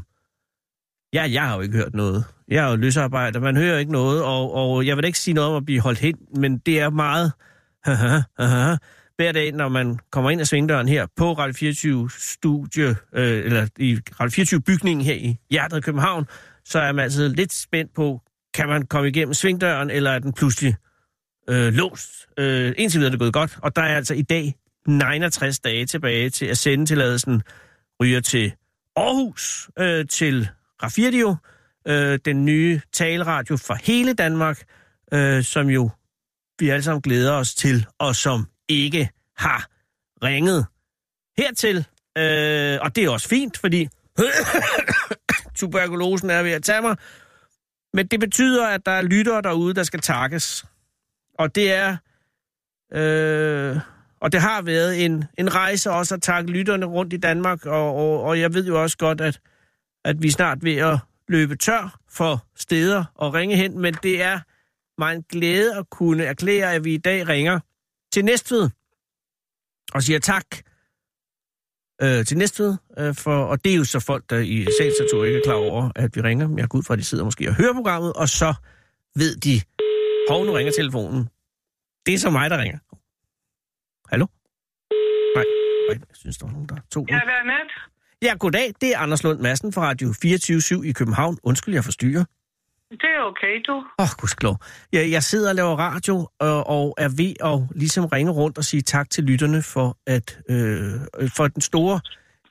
Speaker 4: Ja, jeg har jo ikke hørt noget. Jeg er jo løsarbejder, man hører ikke noget, og, og jeg vil da ikke sige noget om at blive holdt hen, men det er meget haha, haha, hver dag, når man kommer ind ad svingdøren her på Radio 24 studie, øh, eller i Radio 24 bygningen her i hjertet af København, så er man altid lidt spændt på, kan man komme igennem svingdøren, eller er den pludselig øh, låst. Øh, indtil videre er det gået godt, og der er altså i dag 69 dage tilbage til at sendetilladelsen ryger til Aarhus, øh, til Rafirdio, øh, den nye taleradio for hele Danmark, øh, som jo vi alle sammen glæder os til, og som ikke har ringet hertil. Øh, og det er også fint, fordi [COUGHS] tuberkulosen er ved at tage mig. Men det betyder, at der er lyttere derude, der skal takkes. Og det er... Øh, og det har været en, en rejse også at takke lytterne rundt i Danmark, og, og, og jeg ved jo også godt, at, at vi er snart ved at løbe tør for steder at ringe hen, men det er mig en glæde at kunne erklære, at vi i dag ringer til Næstved og siger tak øh, til Næstved, øh, for, og det er jo så folk, der i sagens natur ikke er klar over, at vi ringer. Men Jeg går ud fra, at de sidder måske og hører programmet, og så ved de, hov, nu ringer telefonen. Det er så mig, der ringer. Hallo? Nej, nej, jeg synes, der var nogen, der tog den.
Speaker 6: Ja, hvad er med?
Speaker 4: Ja, goddag. Det er Anders Lund Madsen fra Radio 24 i København. Undskyld, jeg forstyrrer.
Speaker 7: Det er okay, du.
Speaker 4: Åh, oh, gudsklov. Jeg, jeg sidder og laver radio og, og er ved at ligesom ringe rundt og sige tak til lytterne for, at, øh, for den store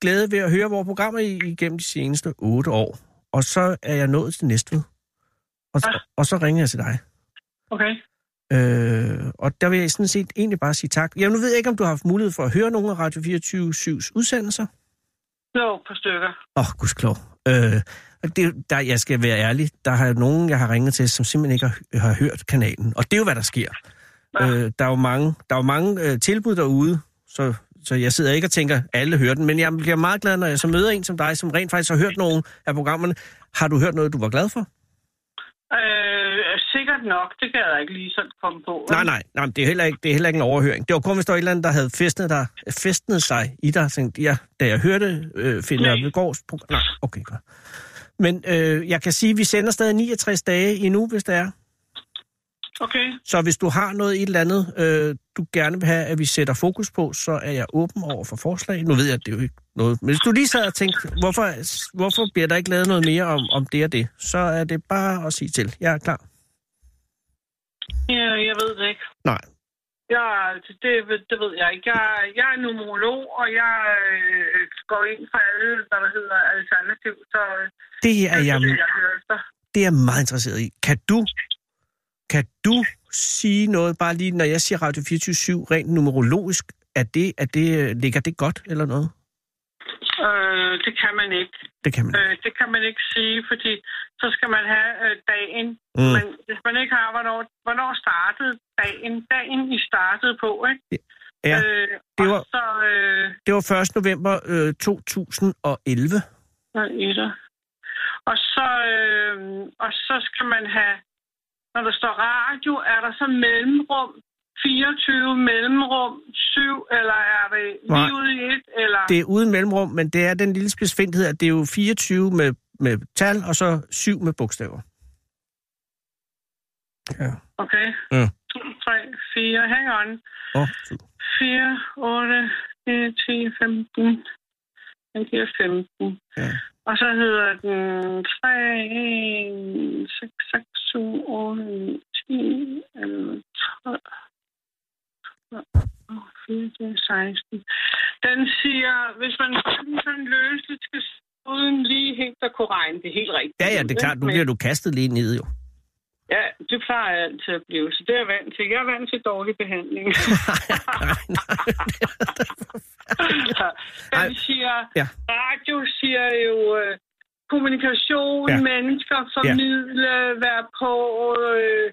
Speaker 4: glæde ved at høre vores programmer i- igennem de seneste otte år. Og så er jeg nået til Næstved. Og, så- og så ringer jeg til dig.
Speaker 7: Okay.
Speaker 4: Øh, og der vil jeg sådan set egentlig bare sige tak. Jeg nu ved jeg ikke, om du har haft mulighed for at høre nogle af Radio 24-7's udsendelser.
Speaker 7: Jo, på stykker.
Speaker 4: Åh, oh, gudsklov. Øh, og det, der, jeg skal være ærlig, der har nogen, jeg har ringet til, som simpelthen ikke har, har hørt kanalen. Og det er jo, hvad der sker.
Speaker 7: Ja.
Speaker 4: Øh, der er jo mange, der er jo mange øh, tilbud derude, så, så jeg sidder ikke og tænker, at alle hører den. Men jeg bliver meget glad, når jeg så møder en som dig, som rent faktisk har hørt nogle af programmerne. Har du hørt noget, du var glad for?
Speaker 7: Øh, sikkert nok. Det kan jeg ikke lige sådan komme på.
Speaker 4: Nej, nej, nej men det, er heller ikke, det er heller ikke en overhøring. Det var kun, hvis der var et eller andet, der havde festnet, der, festnet sig i dig. Jeg Tænkte, ja, da jeg hørte øh, Finn
Speaker 7: Nej.
Speaker 4: Ørbegaards program. Nej, okay, godt. Men øh, jeg kan sige, at vi sender stadig 69 dage endnu, hvis det er.
Speaker 7: Okay.
Speaker 4: Så hvis du har noget et eller andet, øh, du gerne vil have, at vi sætter fokus på, så er jeg åben over for forslag. Nu ved jeg, at det er jo ikke noget. Men hvis du lige sad og tænkte, hvorfor, hvorfor bliver der ikke lavet noget mere om, om det og det, så er det bare at sige til. Jeg er klar.
Speaker 7: Ja, jeg ved det ikke.
Speaker 4: Nej.
Speaker 7: Ja, det, ved- det ved jeg ikke. Jeg, jeg er numerolog, og jeg øh, går ind for alle, hvad der hedder alternativ. Så øh,
Speaker 4: Det er
Speaker 7: det
Speaker 4: jeg
Speaker 7: vil jeg hører efter.
Speaker 4: Det er jeg meget interesseret i. Kan du, kan du sige noget, bare lige når jeg siger Radio 24 rent numerologisk, er det, er det, øh, ligger det godt eller noget?
Speaker 7: Øh, det kan man ikke.
Speaker 4: Det kan man.
Speaker 7: Øh, det kan man ikke sige, fordi så skal man have øh, dagen. Mm.
Speaker 4: Mm.
Speaker 7: Men hvis man ikke har, hvornår, hvornår startede dagen? Dagen, I startede på, ikke?
Speaker 4: Ja,
Speaker 7: øh,
Speaker 4: det
Speaker 7: og
Speaker 4: var-
Speaker 7: så... Øh,
Speaker 4: Det var 1. november øh, 2011.
Speaker 7: og etter. Og så, øh, og så skal man have, når der står radio, er der så mellemrum, 24 mellemrum, 7, eller er det
Speaker 4: Nej.
Speaker 7: lige ude i et, eller...
Speaker 4: Det er uden mellemrum, men det er den lille spidsfindighed, at det er jo 24 med, med tal, og så 7 med bogstaver. Ja.
Speaker 7: Okay.
Speaker 4: Ja.
Speaker 7: 2, 3, 4, hang on.
Speaker 4: Oh,
Speaker 7: 4, 8, 9, 10, 15. Den giver 15.
Speaker 4: Ja.
Speaker 7: Og så hedder den 3, 1, 6, 6, 7, 8, 9, 10, 11, 12, 14, 16. Den siger, hvis man sådan- sådan løsligt skal uden lige helt at kunne regne det helt rigtigt.
Speaker 4: ja, ja, det er klart. Nu
Speaker 7: Men-
Speaker 4: bliver du kastet lige ned, jo. [LAUGHS]
Speaker 7: Ja, det plejer jeg altid at blive, så det er jeg vant til. Jeg er vant til dårlig behandling.
Speaker 4: [LAUGHS] Ej.
Speaker 7: Den siger,
Speaker 4: Ja.
Speaker 7: ja. radio siger jo øh, kommunikation,
Speaker 4: Ja.
Speaker 7: ja. mennesker, formidle, ja. være på. Øh,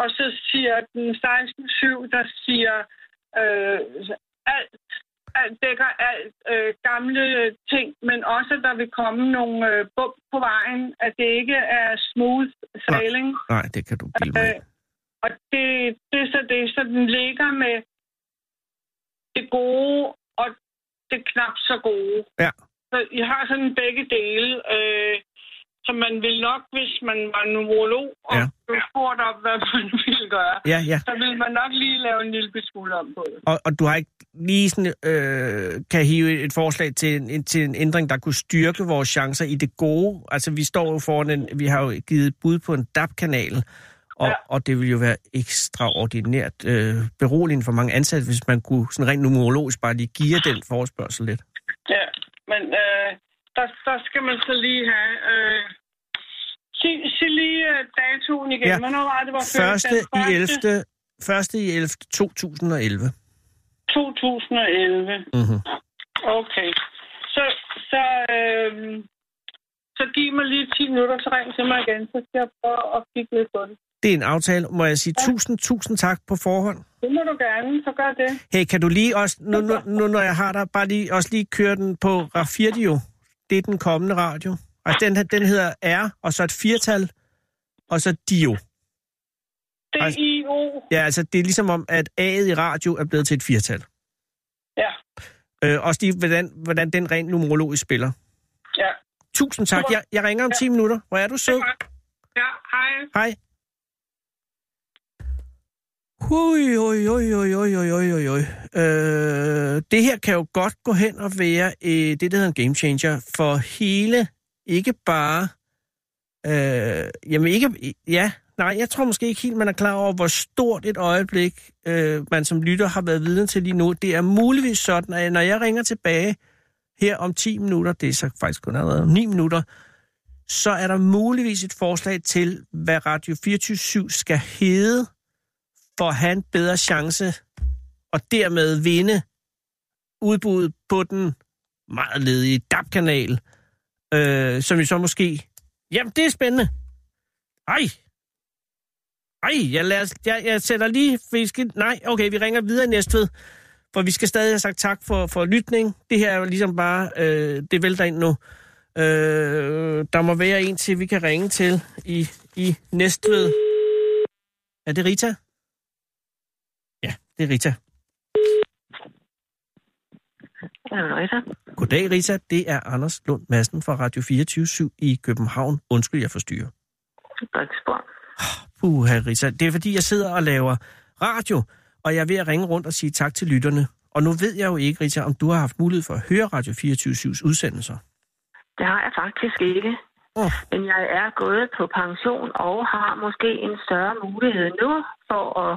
Speaker 7: og så siger den 16.7, der siger, øh, alt, alt dækker alt øh, gamle ting, men også der vil komme nogle øh, bump på vejen, at det ikke er smooth sailing.
Speaker 4: Nej, det kan du blive med.
Speaker 7: Øh, og det, det er så det, så den ligger med det gode og det knap så gode.
Speaker 4: Ja.
Speaker 7: Så I har sådan begge dele, øh, som man vil nok, hvis man var numerolog og
Speaker 4: Ja.
Speaker 7: ja. blev spurgt om, hvad man [LAUGHS] ville gøre.
Speaker 4: Ja, ja.
Speaker 7: Så vil man nok lige lave en lille bit smule om på det.
Speaker 4: og, og du har ikke lige sådan, øh, kan hive et forslag til en, en- til en ændring, der kunne styrke vores chancer i det gode. Altså, vi står jo foran en, vi har jo givet et bud på en DAP-kanal, og, ja.
Speaker 7: Ja.
Speaker 4: og det ville jo være ekstraordinært øh, beroligende for mange ansatte, hvis man kunne sådan rent numerologisk bare lige give den forespørgsel lidt.
Speaker 7: Ja, men øh, der, der skal man så lige have... Øh, sig, sig lige øh, datoen igen.
Speaker 4: Ja.
Speaker 7: Ja. Hvornår var det, det, var født?
Speaker 4: Første
Speaker 7: Den
Speaker 4: i 11. Første i 11. 2011.
Speaker 7: 2011.
Speaker 4: Mm-hmm.
Speaker 7: Okay. Så, så, øhm, så giv mig lige 10 minutter, så ring til mig igen, så skal jeg prøve at kigge lidt på det.
Speaker 4: Det er en aftale. Må jeg sige tusind, tusind tak på forhånd.
Speaker 7: Det må du gerne, så gør det.
Speaker 4: Hey, kan du lige også, nu, nu, nu når jeg har dig, bare lige, også lige køre den på Rafirdio. Det er den kommende radio. Altså, den, her- den hedder R, og så et firtal, og så Dio. Altså-
Speaker 7: D-I-O.
Speaker 4: Ja, altså, det er ligesom om, at A'et i radio er blevet til et firtal.
Speaker 7: Ja,
Speaker 4: Øh, også lige, hvordan, hvordan den rent numerologisk spiller.
Speaker 7: ja.
Speaker 4: Tusind tak. Jeg, jeg ringer om 10 minutter. Hvor er du sød.
Speaker 7: Ja, hej.
Speaker 4: Hej. Hui, hui, hui, hui, hui, hui, hui, hui, hui. Øh, det her kan jo godt gå hen og være øh, det, der hedder en game changer for hele, ikke bare Øh, jamen ikke... Ja, nej, jeg tror måske ikke helt, man er klar over, hvor stort et øjeblik, øh, man som lytter har været vidne til lige nu. Det er muligvis sådan, at når jeg ringer tilbage her om 10 minutter, det er så faktisk kun allerede om 9 minutter, så er der muligvis et forslag til, hvad Radio 24 skal hedde, for at have en bedre chance og dermed vinde udbuddet på den meget ledige DAP-kanal, øh, som vi så måske... Jamen, det er spændende. Ej! Ej, jeg, lader, jeg, jeg sætter lige... Vi skal, nej, okay, vi ringer videre i Næstved, for vi skal stadig have sagt tak for, for lytning. Det her er jo ligesom bare... Øh, det vælter ind nu. Øh, der må være en til, vi kan ringe til i, i Næstved. Er det Rita? Ja, det er Rita.
Speaker 3: Rita.
Speaker 4: Goddag, Rita. Det er Anders Lund Madsen fra Radio 24 i København. Undskyld, jeg forstyrrer.
Speaker 3: Der er ikke spor.
Speaker 4: Puha, Rita. Det er, fordi jeg sidder og laver radio, og jeg er ved at ringe rundt og sige tak til lytterne. Og nu ved jeg jo ikke, Rita, om du har haft mulighed for at høre Radio 24-7's udsendelser.
Speaker 3: Det har jeg faktisk ikke.
Speaker 4: Åh, oh,
Speaker 3: Men jeg er gået på pension og har måske en større mulighed nu for at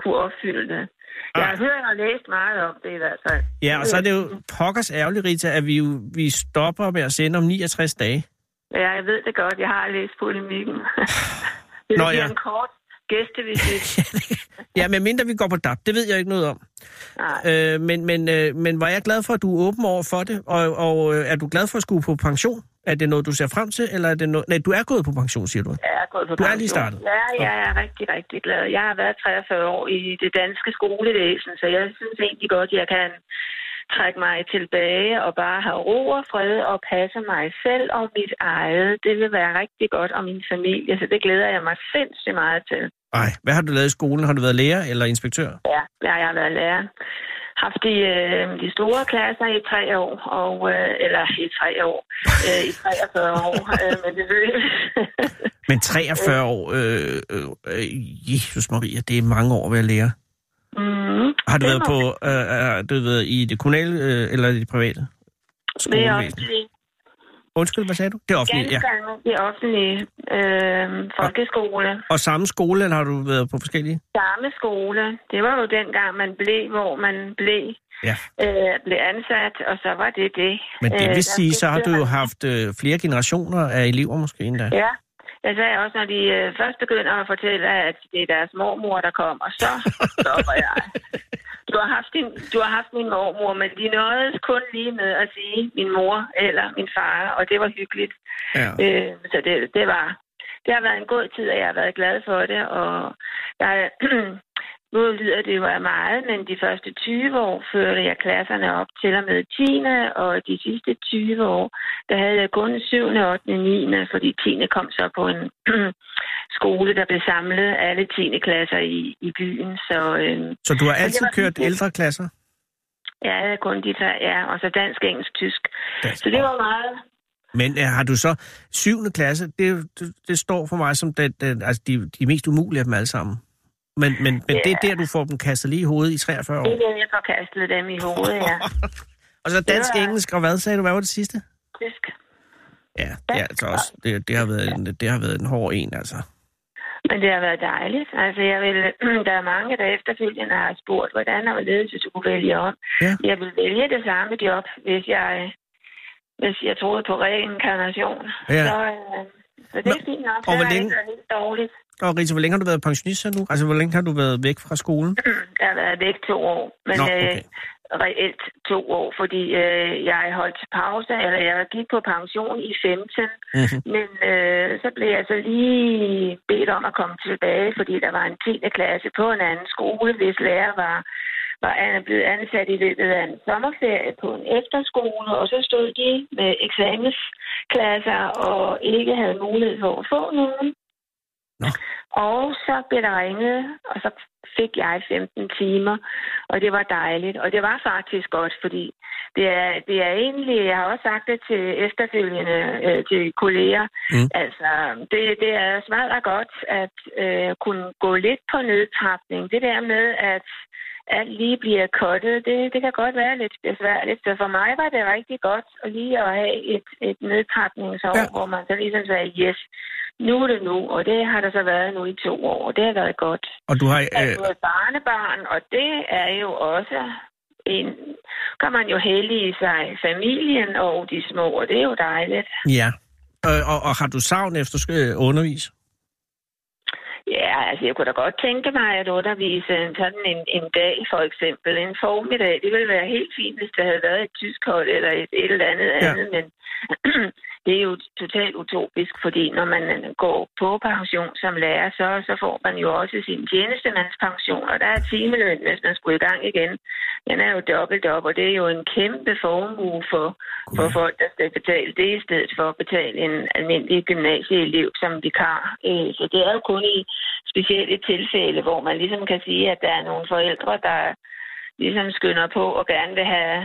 Speaker 3: kunne opfylde det. Jeg har hørt og læst meget om det i hvert fald.
Speaker 4: ja, og så er det jo pokkers ærgerligt, Rita, at vi, jo, vi stopper med at sende om 69 dage.
Speaker 3: Ja, jeg ved det godt. Jeg har læst polemikken. det
Speaker 4: Nå,
Speaker 3: Nå, ja.
Speaker 4: ja.
Speaker 3: en kort gæstevisit.
Speaker 4: Ja, medmindre vi går på DAP, det ved jeg ikke noget om.
Speaker 3: Nej.
Speaker 4: Øh, men, men, øh, men var jeg glad for, at du er åben over for det, og, og øh, er du glad for at skulle på pension? Er det noget, du ser frem til, eller er det noget... Nej, du er gået på pension, siger du.
Speaker 3: Jeg er gået på
Speaker 4: Du er
Speaker 3: pension.
Speaker 4: lige startet?
Speaker 3: Ja, jeg er rigtig, rigtig glad. Jeg har været 43 år i det danske skolevæsen, så jeg synes egentlig godt, jeg kan trække mig tilbage og bare have ro og fred og passe mig selv og mit eget. Det vil være rigtig godt og min familie, så det glæder jeg mig sindssygt meget til.
Speaker 4: Nej, hvad har du lavet i skolen? Har du været lærer eller inspektør?
Speaker 3: Ja, ja jeg har været lærer. Haft de, øh, de store klasser i tre år, og, øh, eller i tre år, øh, i 43 år, øh, men det [LAUGHS] ved
Speaker 4: Men 43 år, øh, øh, øh, Jesus Maria, det er mange år at være lærer.
Speaker 3: mm.
Speaker 4: Har du
Speaker 3: Det
Speaker 4: været
Speaker 3: må
Speaker 4: på, øh, øh, du ved, i det kommunale øh, eller i det private?
Speaker 3: Det er
Speaker 4: Skolevæsen.
Speaker 3: også
Speaker 4: Undskyld, hvad sagde du? Det er offentligt,
Speaker 3: Ganske
Speaker 4: ja.
Speaker 3: ja. almindelig offentlig øh, folkeskole.
Speaker 4: Og samme skole, eller har du været på forskellige?
Speaker 3: Samme skole. Det var jo dengang, man blev, hvor man blev,
Speaker 4: Ja.
Speaker 3: øh, blev ansat, og så var det det.
Speaker 4: Men det
Speaker 3: Øh,
Speaker 4: vil
Speaker 3: der
Speaker 4: sige, så har du
Speaker 3: skiftede
Speaker 4: jo
Speaker 3: man-
Speaker 4: haft øh, flere generationer af elever måske endda.
Speaker 3: Ja. Jeg sagde også, når de øh, først begynder at fortælle, at det er deres mormor, der kommer, så stopper jeg. Du har, haft din, du har haft min mormor, men de nåede kun lige med at sige min mor eller min far, og det var hyggeligt.
Speaker 4: Ja.
Speaker 3: Øh, så det, det var... Det har været en god tid, og jeg har været glad for det, og jeg, [CLEARS THROAT] nu lyder det jo af meget, men de første 20 år førte jeg klasserne op til og med 10. Og de sidste 20 år, der havde jeg kun 7., 8., 9., fordi 10. kom så på en [CLEARS THROAT] skole, der blev samlet alle 10. klasser i, i byen. Så øh,
Speaker 4: Så du har altid
Speaker 3: var
Speaker 4: kørt
Speaker 3: hyggeligt.
Speaker 4: ældre klasser?
Speaker 3: jeg havde kun de der, ja, og så dansk, engelsk, tysk.
Speaker 4: Dansk.
Speaker 3: Så det var meget,
Speaker 4: Men øh, har du så 7. klasse, det, er jo- det, det står for mig som den, den, altså de, de mest umulige af dem alle sammen. Men, men, men det er der, du får dem kastet lige i hovedet i 43
Speaker 3: det
Speaker 4: år.
Speaker 3: er, jeg forkastede dem i hovedet, ja.
Speaker 4: Og så dansk,
Speaker 3: var-
Speaker 4: engelsk, og hvad sagde du, hvad var det sidste?
Speaker 3: Tysk.
Speaker 4: Ja, det, er altså også, det, det, har været en, det har været en hård en, altså.
Speaker 3: Men det har været dejligt. Altså, jeg vil, [CLEARS THROAT] der er mange, der efterfølgende har spurgt, hvordan og hvorledes, hvis du kunne vælge om.
Speaker 4: Ja.
Speaker 3: Jeg vil vælge det samme job, hvis jeg, hvis jeg troede på reinkarnation.
Speaker 4: Ja.
Speaker 3: Så, øh, så det er
Speaker 4: Men-
Speaker 3: fint nok.
Speaker 4: og
Speaker 3: Og
Speaker 4: hvor
Speaker 3: det
Speaker 4: længe-
Speaker 3: ikke været helt dårligt.
Speaker 4: Og Rita, hvor længe har du været pensionist så nu? Altså, hvor længe har du været væk fra skolen?
Speaker 3: Jeg har været væk to år. Men
Speaker 4: Nå,
Speaker 3: øh,
Speaker 4: okay.
Speaker 3: reelt to år, fordi øh, jeg holdt pause, eller jeg gik på pension i 15.
Speaker 4: Mhm.
Speaker 3: Men øh, så blev jeg så lige bedt om at komme tilbage, fordi der var en 10. klasse på en anden skole, hvis lærer var, var an- blevet ansat i løbet af en sommerferie på en efterskole, og så stod de med eksamensklasser og ikke havde mulighed for at få nogen.
Speaker 4: Nå.
Speaker 3: Og så blev der ringet, og så fik jeg 15 timer, og det var dejligt. Og det var faktisk godt, fordi det er, det er egentlig, jeg har også sagt det til efterfølgende, øh, til kolleger,
Speaker 4: Mm.
Speaker 3: mm. altså det, det er smadret godt at øh, kunne gå lidt på nedtrapning. Det der med, at alt lige bliver kottet, det, det kan godt være lidt besværligt. Så for mig var det rigtig godt at lige at have et, et nedtrapningsår,
Speaker 4: Ja.
Speaker 3: ja. hvor man så ligesom sagde, yes,
Speaker 8: Nu er det nu, og det har der så været nu i to år, og det har været godt.
Speaker 4: Og du har...
Speaker 8: Jeg
Speaker 4: Øh,
Speaker 8: er et barnebarn, og det er jo også en... Kan man jo heldige sig familien og de små, og det er jo dejligt.
Speaker 4: ja. Øh, og, og har du savn efter sk- øh, undervis?
Speaker 8: Ja, altså jeg kunne da godt tænke mig at undervise en- sådan en, en dag for eksempel, en formiddag. Det ville være helt fint, hvis der havde været et tysk hold eller et, et eller andet
Speaker 4: Ja.
Speaker 8: ja. andet, men det er jo totalt utopisk, fordi når man går på pension som lærer, så, så får man jo også sin tjenestemandspension, og der er timeløn, hvis man skulle i gang igen. Den er jo dobbelt op, og det er jo en kæmpe formue for, for folk, der skal betale det, i stedet for at betale en almindelig gymnasieelev som vikar. Øh, Så det er jo kun i specielle tilfælde, hvor man ligesom kan sige, at der er nogle forældre, der ligesom skynder på og gerne vil have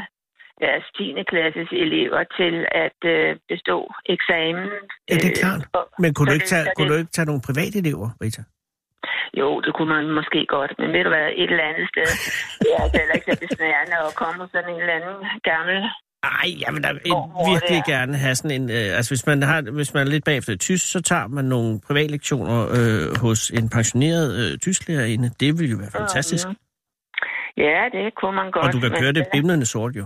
Speaker 8: deres 10. klasses elever til at øh, bestå eksamen.
Speaker 4: Ja, det er
Speaker 8: Øh,
Speaker 4: klart.
Speaker 8: for-
Speaker 4: Men kunne,
Speaker 8: så
Speaker 4: du ikke,
Speaker 8: det-
Speaker 4: tage,
Speaker 8: så det-
Speaker 4: kunne du ikke tage nogle private elever, Rita?
Speaker 8: jo, det kunne man måske godt, men ved du hvad, et eller andet sted. Ja, det er altså heller ikke så besnærende at komme hos sådan en eller anden gammel.
Speaker 4: Ej, jeg vil da en-
Speaker 8: Hvor- hvor
Speaker 4: virkelig
Speaker 8: det
Speaker 4: gerne have sådan en... Øh, altså, hvis man, har, hvis man er lidt bagefter i tysk, så tager man nogle privatlektioner øh, hos en pensioneret øh, tysklærerinde. Det ville jo være fantastisk.
Speaker 8: Mhm. Ja, det kunne man godt.
Speaker 4: Og du kan
Speaker 8: men
Speaker 4: køre det bimlende sort, jo.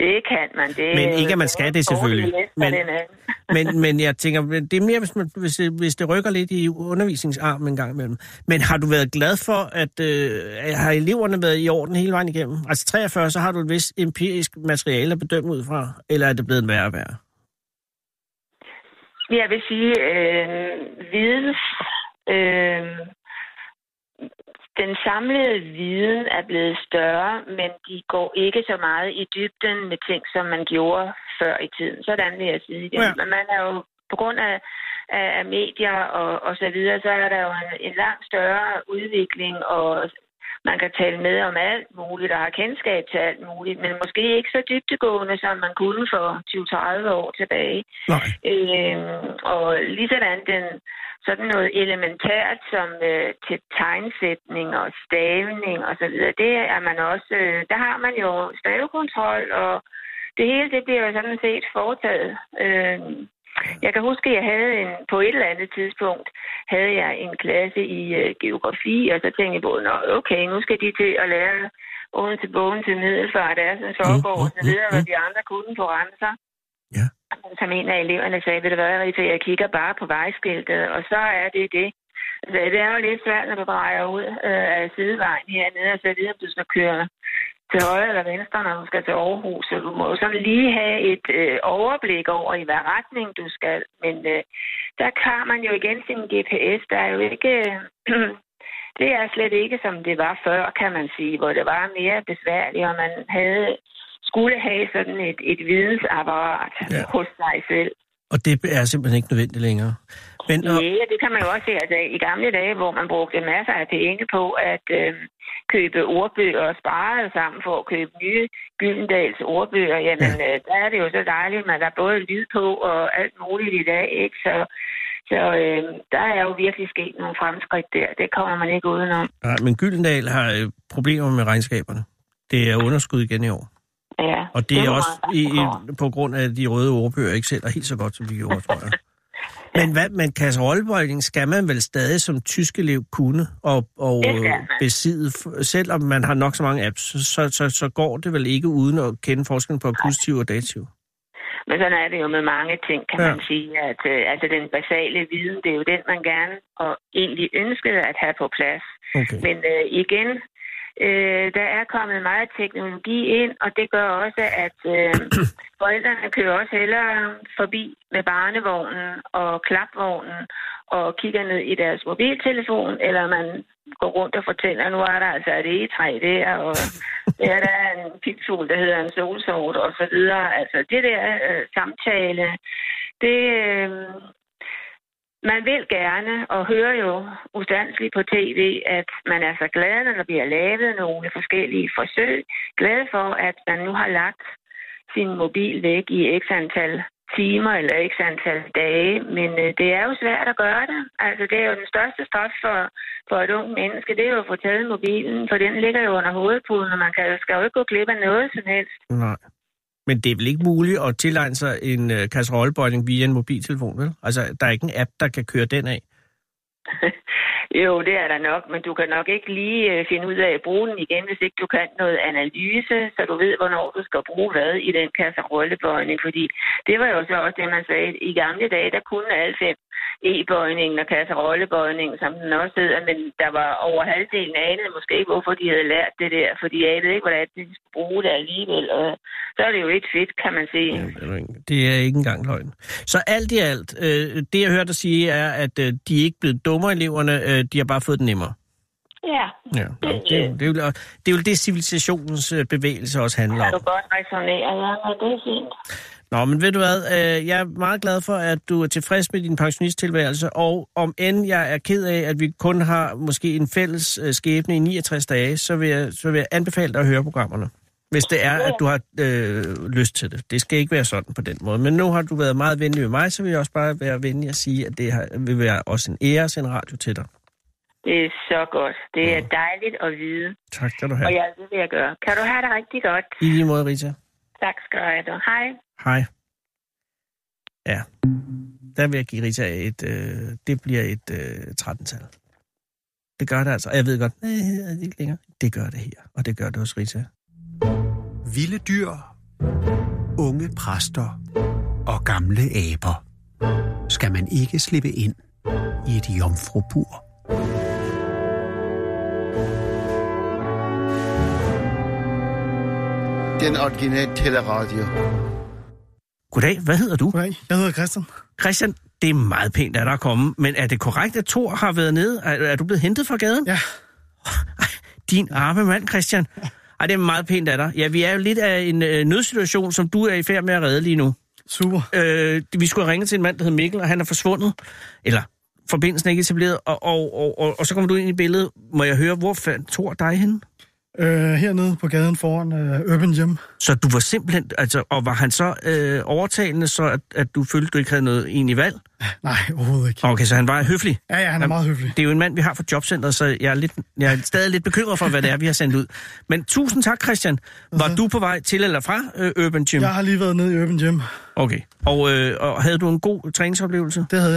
Speaker 8: Det kan man. Det,
Speaker 4: Men ikke, at man skal det, selvfølgelig. Men-
Speaker 8: Men...
Speaker 4: Men, men jeg tænker, men det er mere, hvis, man, hvis, det- hvis det rykker lidt i undervisningsarmen en gang imellem. Men har du været glad for, at øh, har eleverne været i orden hele vejen igennem? Altså 43, så har du et vist empirisk materiale at bedømme ud fra, eller er det blevet værre og værre?
Speaker 8: Jeg vil sige, øh, videns... Øh, den samlede viden er blevet større, men de går ikke så meget i dybden med ting, som man gjorde før i tiden. Sådan vil jeg sige.
Speaker 4: Ja.
Speaker 8: Ja. Men man er jo på grund af, af, af medier og, og så videre, så er der jo en, en langt større udvikling, og man kan tale med om alt muligt og har kendskab til alt muligt, men måske ikke så dybtegående, som man kunne for 20-30 år tilbage.
Speaker 4: Nej.
Speaker 8: Øh, og ligesådan den, sådan noget elementært som øh, til tegnsætning og stavning og så videre, det er man også, øh, der har man jo stavekontrol, og det hele det bliver jo sådan set foretaget. Øh, jeg kan huske, at jeg havde en, på et eller andet tidspunkt, havde jeg en klasse i øh, geografi, og så tænkte jeg på, nå okay, nu skal de til at lære Odense bogen til Middelfart, Assens, Forborg og så videre, hvad de andre kunne på Ramser som en af eleverne sagde, ved du hvad, Rita, jeg kigger bare på vejskiltet, og så er det det. Altså, det er jo lidt svært, når du drejer ud øh, af sidevejen hernede, og så videre, om du skal køre til højre eller venstre, når du skal til Aarhus. Så du må jo sådan lige have et øh, overblik over, i hvad retning du skal. Men øh, der har man jo igen sin GPS. Der er jo ikke... [CLEARS THROAT] øh, det er slet ikke, som det var før, kan man sige, hvor det var mere besværligt, og man havde skulle have sådan et, et vidensapparat
Speaker 4: Ja.
Speaker 8: ja. hos sig selv.
Speaker 4: Og det er simpelthen ikke nødvendigt længere. Men, og,
Speaker 8: Ja, det kan man jo også se. Altså, I gamle dage, hvor man brugte masser af penge på at øh, købe ordbøger og sparede sammen for at købe nye Gyldendals ordbøger, jamen øh, der er det jo så dejligt, at der er både lyd på og alt muligt i dag, ikke? Så, så øh, der er jo virkelig sket nogle fremskridt der. Det kommer man ikke udenom.
Speaker 4: nej, men Gyldendal har øh, problemer med regnskaberne. Det er underskud igen i år.
Speaker 8: Ja,
Speaker 4: Og det er
Speaker 8: var
Speaker 4: også
Speaker 8: meget
Speaker 4: i,
Speaker 8: godt.
Speaker 4: i, på grund af, at de røde ordbøger ikke sælger helt så godt, som de gjorde, tror
Speaker 8: [LAUGHS]
Speaker 4: jeg. Men hvad, men kasserollebøjning skal man vel stadig som tysk elev kunne og, og
Speaker 8: Det skal
Speaker 4: øh,
Speaker 8: man.
Speaker 4: besidde, f- selvom man har nok så mange apps, så, så, så, så går det vel ikke uden at kende forskellen på akkusativ og dativ.
Speaker 8: Men sådan er det jo med mange ting, kan
Speaker 4: Ja.
Speaker 8: ja. man sige. At, øh, altså den basale viden, det er jo den, man gerne og egentlig ønskede at have på plads.
Speaker 4: Okay.
Speaker 8: Men øh, igen, øh, der er kommet meget teknologi ind, og det gør også, at øh, forældrene kører også hellere forbi med barnevognen og klapvognen og kigger ned i deres mobiltelefon, eller man går rundt og fortæller, nu er der altså et egetræ der, og ja, der er en pigfugl, der hedder en solsort, og så videre. Altså det der øh, samtale, det... Øh, man vil gerne, og hører jo ustandsligt på tv, at man er så glad, når der bliver lavet nogle forskellige forsøg. Glad for, at man nu har lagt sin mobil væk i x antal timer eller x antal dage. Men øh, det er jo svært at gøre det. Altså, det er jo den største straf for, for et ung menneske, det er jo at få taget mobilen, for den ligger jo under hovedpuden, og man kan, skal jo ikke gå glip af noget som helst.
Speaker 4: Nej. Men det er vel ikke muligt at tilegne sig en øh, kasserollebøjning via en mobiltelefon, vel? Altså, der er ikke en app, der kan køre den af.
Speaker 3: Jo, det er der nok, men du kan nok ikke lige øh, finde ud af at bruge den igen, hvis ikke du kan noget analyse, så du ved, hvornår du skal bruge hvad i den kasserollebøjning. Fordi det var jo så også det, man sagde. I gamle dage, der kunne alle fem e-bøjningen og kasserollebøjningen, som den også hedder, men der var over halvdelen anede måske ikke, hvorfor de
Speaker 8: øh,
Speaker 3: havde lært det der, for de anede ikke, hvordan de skulle bruge det alligevel. Og så er det jo ikke fedt, kan man sige.
Speaker 4: Jamen, det er jo ikke- Det er ikke engang løgn. Så alt i alt, øh, det jeg hørte dig sige er, at øh, de er ikke blevet dummere eleverne, øh, de har bare fået det nemmere.
Speaker 3: Ja,
Speaker 4: Ja, nå, det, er jo- det, er jo, og det er jo det, civilisationens øh, bevægelse også handler
Speaker 3: har du
Speaker 4: om.
Speaker 3: godt resoneret. Ja, men det er fint.
Speaker 4: Nå, men ved du hvad, øh, jeg er meget glad for, at du er tilfreds med din pensionisttilværelse, og om end jeg er ked af, at vi kun har måske en fælles øh, skæbne i 69 dage, så vil, jeg, så vil jeg anbefale dig at høre programmerne. Hvis det er, at du har øh, lyst til det. Det skal ikke være sådan på den måde. Men nu har du været meget venlig ved mig, så vil jeg også bare være venlig at sige, at det har, vil være også en ære at sende radio til dig.
Speaker 3: Det er så godt. Det er dejligt at vide,
Speaker 4: Tak skal du
Speaker 3: og
Speaker 4: have.
Speaker 3: jeg ved, hvad jeg gør. Kan du have det rigtig godt?
Speaker 4: I lige måde, Rita.
Speaker 3: Tak skal du have. Hej.
Speaker 4: Hej. Ja. Der vil jeg give Rita et... Øh, det bliver et øh, 13-tal. Det gør det altså. Og Jeg ved godt, øh, det er ikke længere. Det gør det her, og det gør det hos Rita.
Speaker 1: Vilde dyr, unge præster og gamle aber. Skal man ikke slippe ind i et jomfrubur?
Speaker 6: Den originale teleradio.
Speaker 4: Goddag, hvad hedder du?
Speaker 9: Goddag, jeg hedder Christian.
Speaker 4: Christian, det er meget pænt, at der er kommet, men er det korrekt, at Thor har været nede? Er, er du blevet hentet fra gaden?
Speaker 9: Ja,
Speaker 4: Din arme mand, Christian. Ej, det er meget pænt af dig. Ja, vi er jo lidt af en øh, nødsituation, som du er i færd med at redde lige nu.
Speaker 9: super.
Speaker 4: øh, vi skulle have ringet til en mand, der hed Mikkel, og han er forsvundet. Eller forbindelsen er ikke etableret, og, og, og, og, og så kommer du ind i billedet. Må jeg høre, hvor fandt Thor dig henne?
Speaker 9: Øh, hernede på gaden foran øh, Urban Gym.
Speaker 4: Så du var simpelthen, altså, og var han så øh, overtalende, så at, at du følte, du ikke havde noget egentlig valg?
Speaker 9: Nej, overhovedet ikke.
Speaker 4: Okay, så han var høflig.
Speaker 9: Ja, ja, han er meget høflig.
Speaker 4: Det er jo en mand, vi har fra jobcentret, så jeg er, lidt, jeg er stadig lidt bekymret for, hvad det er, vi har sendt ud. Men tusind tak, Christian. Var du på vej til eller fra øh, Urban Gym?
Speaker 9: Jeg har lige været nede i Urban Gym.
Speaker 4: Okay. Og, øh, og havde du en god træningsoplevelse?
Speaker 9: Det havde